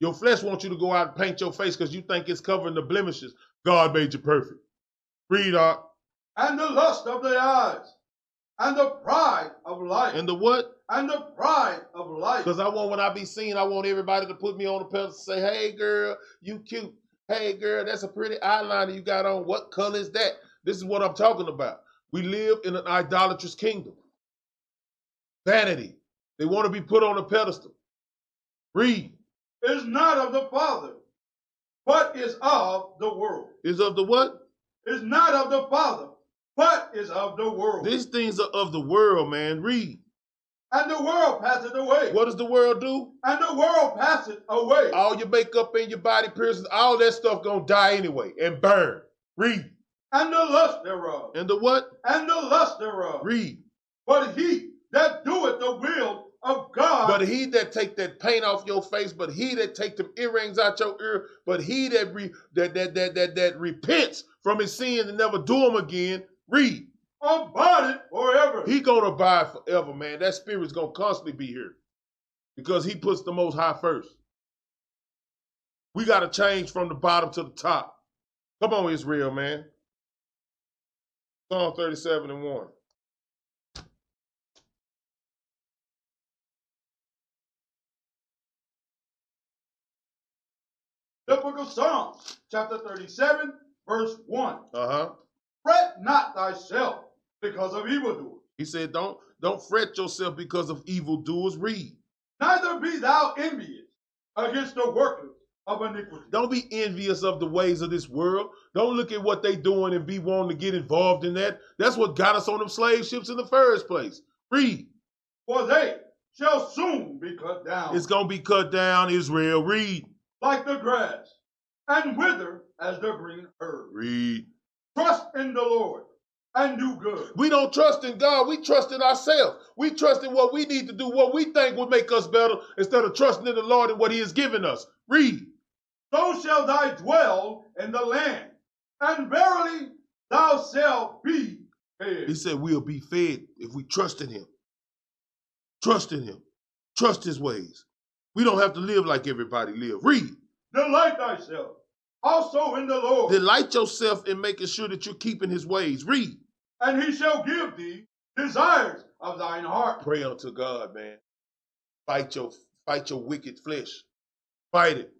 [SPEAKER 1] Your flesh wants you to go out and paint your face because you think it's covering the blemishes. God made you perfect. Read, uh, Art.
[SPEAKER 3] and the lust of the eyes, and the pride of life,
[SPEAKER 1] And the what?
[SPEAKER 3] and the pride of life.
[SPEAKER 1] Because I want when I be seen, I want everybody to put me on the pedestal and say, hey girl, you cute. Hey girl, that's a pretty eyeliner you got on. What color is that? This is what I'm talking about. We live in an idolatrous kingdom. Vanity. They want to be put on a pedestal. Read
[SPEAKER 3] Is not of the Father, but is of the world.
[SPEAKER 1] is of the what?
[SPEAKER 3] Is not of the Father, but is of the world.
[SPEAKER 1] These things are of the world, man. Read.
[SPEAKER 3] and the world passeth away.
[SPEAKER 1] What Uh, does the world do?
[SPEAKER 3] And the world passeth away.
[SPEAKER 1] All your makeup and your body piercings, all that stuff gonna die anyway and burn. Read.
[SPEAKER 3] and the lust thereof.
[SPEAKER 1] And the what?
[SPEAKER 3] and the lust thereof.
[SPEAKER 1] Read.
[SPEAKER 3] But he that doeth the will of God,
[SPEAKER 1] But he that take that paint off your face, but he that take them earrings out your ear, but he that re, that, that that that that repents from his sins and never do them again, read.
[SPEAKER 3] abided forever.
[SPEAKER 1] He gonna abide forever, man. That spirit's gonna constantly be here because he puts the most high first. We gotta change from the bottom to the top. Come on, Israel, man. Psalm 37 and 1.
[SPEAKER 3] The book of Psalms, chapter 37, verse 1.
[SPEAKER 1] Uh-huh.
[SPEAKER 3] Fret not thyself because of evildoers,
[SPEAKER 1] He said, Don't don't fret yourself because of evildoers. Read.
[SPEAKER 3] neither be thou envious against the workers of iniquity.
[SPEAKER 1] Don't be envious of the ways of this world. Don't look at what they doing and be wanting to get involved in that. That's what got us on them slave ships in the first place. Read.
[SPEAKER 3] For they shall soon be cut down
[SPEAKER 1] It's gonna be cut down, Israel. Read.
[SPEAKER 3] like the grass, and wither as the green herb.
[SPEAKER 1] Read.
[SPEAKER 3] Trust in the Lord and do good.
[SPEAKER 1] We don't trust in God. We trust in ourselves. We trust in what we need to do, what we think would make us better, instead of trusting in the Lord and what He has given us. Read.
[SPEAKER 3] So shall thy dwell in the land, and verily thou shalt be fed.
[SPEAKER 1] He said we'll be fed if we trust in Him. Trust in Him. Trust His ways. We don't have to live like everybody live. Read.
[SPEAKER 3] Delight thyself also in the Lord,
[SPEAKER 1] Delight yourself in making sure that you're keeping His ways. Read.
[SPEAKER 3] and he shall give thee desires of thine heart.
[SPEAKER 1] Pray unto God, man. Fight your fight your wicked flesh. Fight it.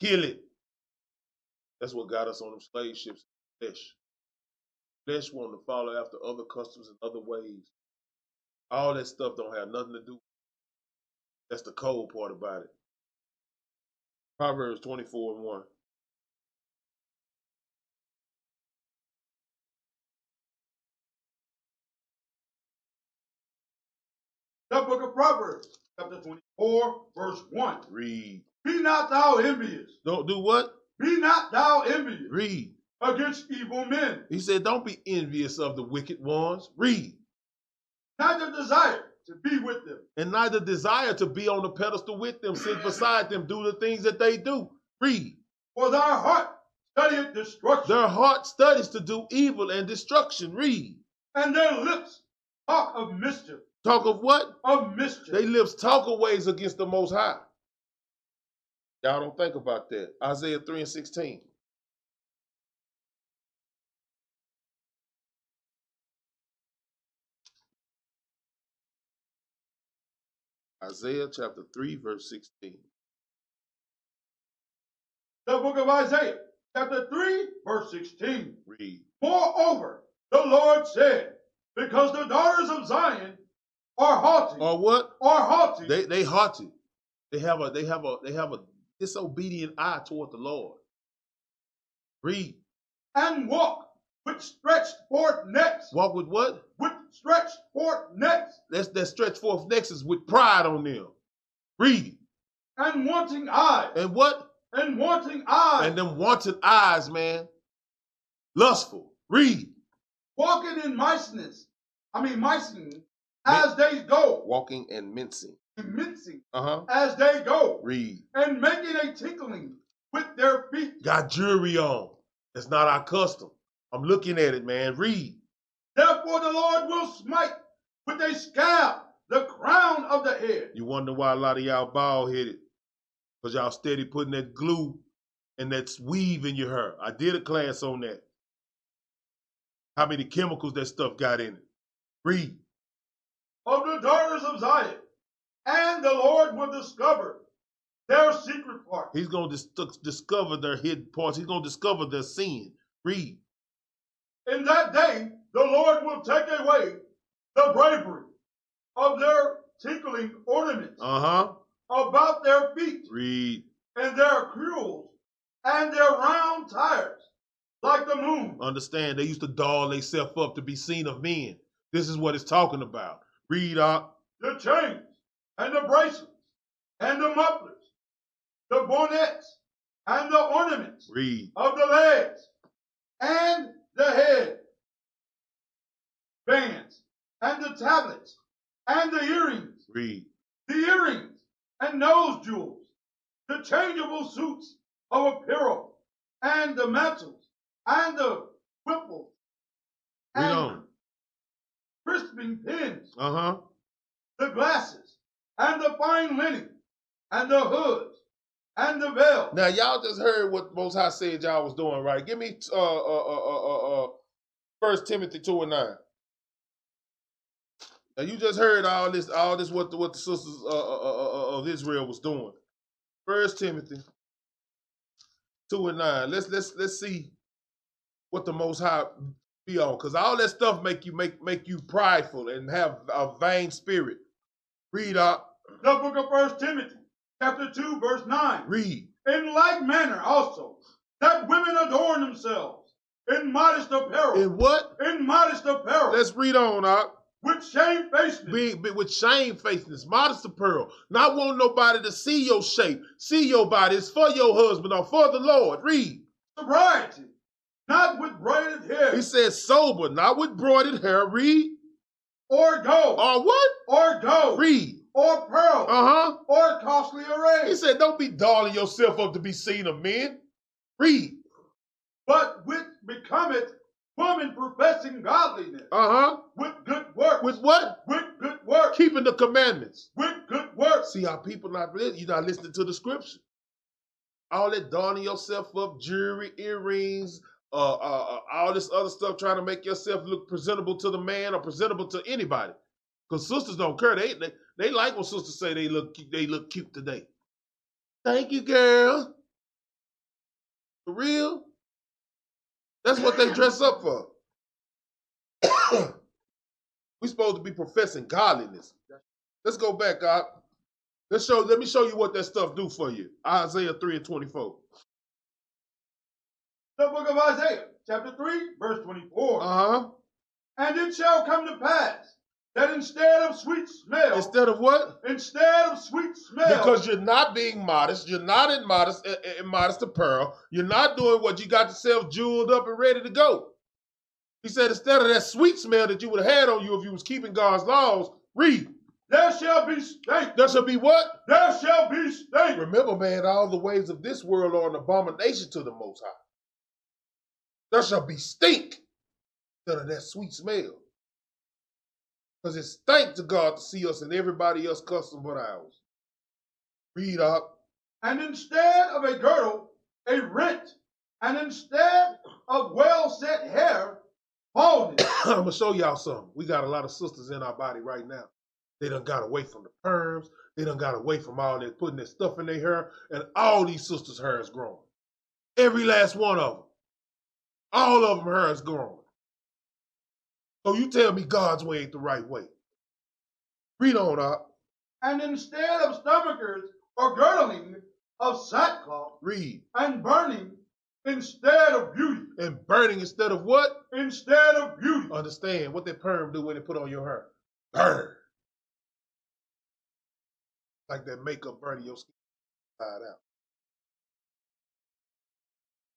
[SPEAKER 1] Kill it. That's what got us on them slave ships. Flesh. Flesh wanting to follow after other customs and other ways. All that stuff don't have nothing to do. That's the cold part about it. Proverbs 24 and 1.
[SPEAKER 3] The book of Proverbs, chapter 24, verse 1.
[SPEAKER 1] Read.
[SPEAKER 3] Be not thou envious,
[SPEAKER 1] Don't do what?
[SPEAKER 3] be not thou envious
[SPEAKER 1] Read.
[SPEAKER 3] against evil men,
[SPEAKER 1] He said, don't be envious of the wicked ones. Read.
[SPEAKER 3] neither desire to be with them.
[SPEAKER 1] and neither desire to be on the pedestal with them, sit beside them, do the things that they do. Read.
[SPEAKER 3] For thy heart studieth destruction,
[SPEAKER 1] Their heart studies to do evil and destruction. Read.
[SPEAKER 3] and their lips talk of mischief,
[SPEAKER 1] Talk of what?
[SPEAKER 3] of mischief.
[SPEAKER 1] They lips talk of ways against the Most High. Y'all don't think about that. Isaiah 3 and 16. Isaiah chapter 3, verse 16.
[SPEAKER 3] The book of Isaiah, chapter 3, verse 16.
[SPEAKER 1] Read.
[SPEAKER 3] Moreover, the Lord said, Because the daughters of Zion are haughty,
[SPEAKER 1] Or what?
[SPEAKER 3] are haughty,
[SPEAKER 1] Oh. They they haughty. They have a they have a they have a disobedient eye toward the Lord. Read.
[SPEAKER 3] and walk with stretched forth necks,
[SPEAKER 1] Walk with what?
[SPEAKER 3] with stretched forth necks,
[SPEAKER 1] That's that stretch forth nexus with pride on them. Read.
[SPEAKER 3] and wanting eyes,
[SPEAKER 1] And what?
[SPEAKER 3] and wanting eyes,
[SPEAKER 1] And them wanted eyes, man. Lustful. Read.
[SPEAKER 3] walking in miceness. I mean, miceness as they go,
[SPEAKER 1] Walking and mincing.
[SPEAKER 3] mincing
[SPEAKER 1] Uh-huh.
[SPEAKER 3] as they go,
[SPEAKER 1] Read.
[SPEAKER 3] and making a tinkling with their feet.
[SPEAKER 1] Got jewelry on. That's not our custom. I'm looking at it, man. Read.
[SPEAKER 3] Therefore the Lord will smite with a scab the crown of the head.
[SPEAKER 1] You wonder why a lot of y'all bald headed. Because y'all steady putting that glue and that weave in your hair. I did a class on that. How many chemicals that stuff got in it. Read.
[SPEAKER 3] of the daughters of Zion, and the Lord will discover their secret part.
[SPEAKER 1] He's going to dis- discover their hidden parts. He's going to discover their sin. Read.
[SPEAKER 3] In that day, the Lord will take away the bravery of their tinkling ornaments
[SPEAKER 1] Uh huh.
[SPEAKER 3] about their feet,
[SPEAKER 1] Read.
[SPEAKER 3] and their crewels, and their round tires, like the moon.
[SPEAKER 1] Understand, they used to doll themselves up to be seen of men. This is what it's talking about. Read up.
[SPEAKER 3] the chains, and the bracelets, and the mufflers, the bonnets, and the ornaments
[SPEAKER 1] Read.
[SPEAKER 3] of the legs, and the head, bands, and the tablets, and the earrings,
[SPEAKER 1] Read.
[SPEAKER 3] the earrings, and nose jewels, the changeable suits of apparel, and the mantles, and the whipple,
[SPEAKER 1] Read
[SPEAKER 3] and
[SPEAKER 1] on.
[SPEAKER 3] crisping pins,
[SPEAKER 1] Uh huh.
[SPEAKER 3] the glasses, and the fine linen, and the hoods, and the veils.
[SPEAKER 1] Now y'all just heard what Most High said y'all was doing, right? Give me uh uh uh uh uh First Timothy two and nine. Now you just heard all this, all this what the, what the sisters uh, uh, uh, uh, of Israel was doing. First Timothy two and nine. Let's let's let's see what the Most High be on, because all that stuff make you make make you prideful and have a vain spirit. Read uh, up,
[SPEAKER 3] The book of First Timothy, chapter 2, verse 9.
[SPEAKER 1] read.
[SPEAKER 3] In like manner also, that women adorn themselves in modest apparel,
[SPEAKER 1] And what?
[SPEAKER 3] in, modest apparel,
[SPEAKER 1] Let's read on uh. up.
[SPEAKER 3] with shamefacedness,
[SPEAKER 1] being be, with shamefacedness, modest apparel, not want nobody to see your shape, see your body. It's for your husband or for the Lord. Read.
[SPEAKER 3] sobriety, not with braided hair,
[SPEAKER 1] He says sober, not with broided hair. Read.
[SPEAKER 3] or gold,
[SPEAKER 1] Or what?
[SPEAKER 3] or gold,
[SPEAKER 1] Read.
[SPEAKER 3] or pearl,
[SPEAKER 1] Uh huh.
[SPEAKER 3] or costly array,
[SPEAKER 1] He said, don't be darling yourself up to be seen of men. Read.
[SPEAKER 3] but which becometh woman professing godliness,
[SPEAKER 1] Uh huh.
[SPEAKER 3] with good works,
[SPEAKER 1] With what?
[SPEAKER 3] with good works,
[SPEAKER 1] Keeping the commandments.
[SPEAKER 3] with good works.
[SPEAKER 1] See how people not li- you not listening to the scripture. All that donning yourself up, jewelry, earrings, uh, uh, uh, all this other stuff, trying to make yourself look presentable to the man or presentable to anybody. Cause sisters don't care. They they, they like when sisters say they look cu- they look cute today. Thank you, girl. For real. That's what they dress up for. we supposed to be professing godliness. Let's go back up. Let's show. Let me show you what that stuff do for you. Isaiah three and twenty four.
[SPEAKER 3] The book of Isaiah, chapter 3, verse 24.
[SPEAKER 1] Uh huh.
[SPEAKER 3] And it shall come to pass that instead of sweet smell,
[SPEAKER 1] Instead of what?
[SPEAKER 3] instead of sweet smell,
[SPEAKER 1] Because you're not being modest. You're not in modest in- in modest apparel. You're not doing what you got yourself jeweled up and ready to go. He said instead of that sweet smell that you would have had on you if you was keeping God's laws, read.
[SPEAKER 3] there shall be stank,
[SPEAKER 1] There shall be what?
[SPEAKER 3] there shall be stank.
[SPEAKER 1] Remember, man, all the ways of this world are an abomination to the Most High. There shall be stink instead of that sweet smell. Because it's thank to God to see us and everybody else custom but ours. Read up.
[SPEAKER 3] And instead of a girdle, a rent, and instead of well set hair, baldness.
[SPEAKER 1] I'm going to show y'all something. We got a lot of sisters in our body right now. They done got away from the perms. They done got away from all that putting their stuff in their hair. And all these sisters' hair is growing. Every last one of them. All of them hair is growing. So you tell me God's way ain't the right way. Read on up.
[SPEAKER 3] and instead of stomachers or girdling of sackcloth
[SPEAKER 1] Read.
[SPEAKER 3] and burning, instead of beauty,
[SPEAKER 1] And burning instead of what?
[SPEAKER 3] instead of beauty,
[SPEAKER 1] Understand what that perm do when they put on your hair. Burn. Like that makeup burning your skin inside out.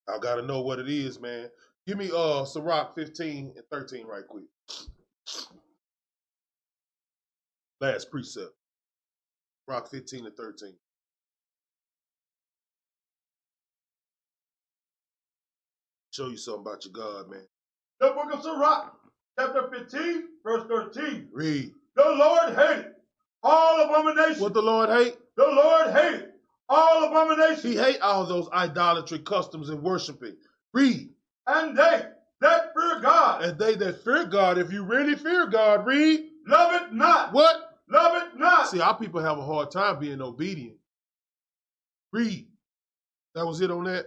[SPEAKER 1] I gotta know what it is, man. Give me uh Ciroc 15 and 13 right quick. Last precept. Rock 15 and 13. Show you something about your God, man.
[SPEAKER 3] the book of Sirach, chapter 15, verse 13.
[SPEAKER 1] Read.
[SPEAKER 3] The Lord hated all abomination.
[SPEAKER 1] What the Lord hate?
[SPEAKER 3] The Lord hated all
[SPEAKER 1] He
[SPEAKER 3] abomination.
[SPEAKER 1] hate all those idolatry customs and worshiping. Read.
[SPEAKER 3] And they that fear God,
[SPEAKER 1] And they that fear God, if you really fear God, read.
[SPEAKER 3] love it not,
[SPEAKER 1] What?
[SPEAKER 3] love it not.
[SPEAKER 1] See, our people have a hard time being obedient. Read. That was it on that.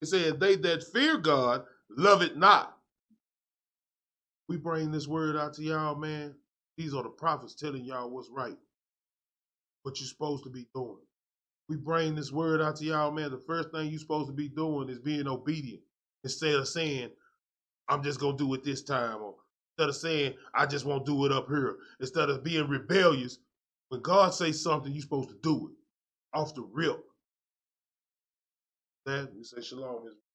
[SPEAKER 1] It said, They that fear God, love it not. We bring this word out to y'all, man. These are the prophets telling y'all what's right, what you're supposed to be doing. We bring this word out to y'all, man. The first thing you're supposed to be doing is being obedient instead of saying, I'm just going to do it this time, or instead of saying, I just won't do it up here. Instead of being rebellious, when God says something, you're supposed to do it off the rip. That we say shalom. Israel.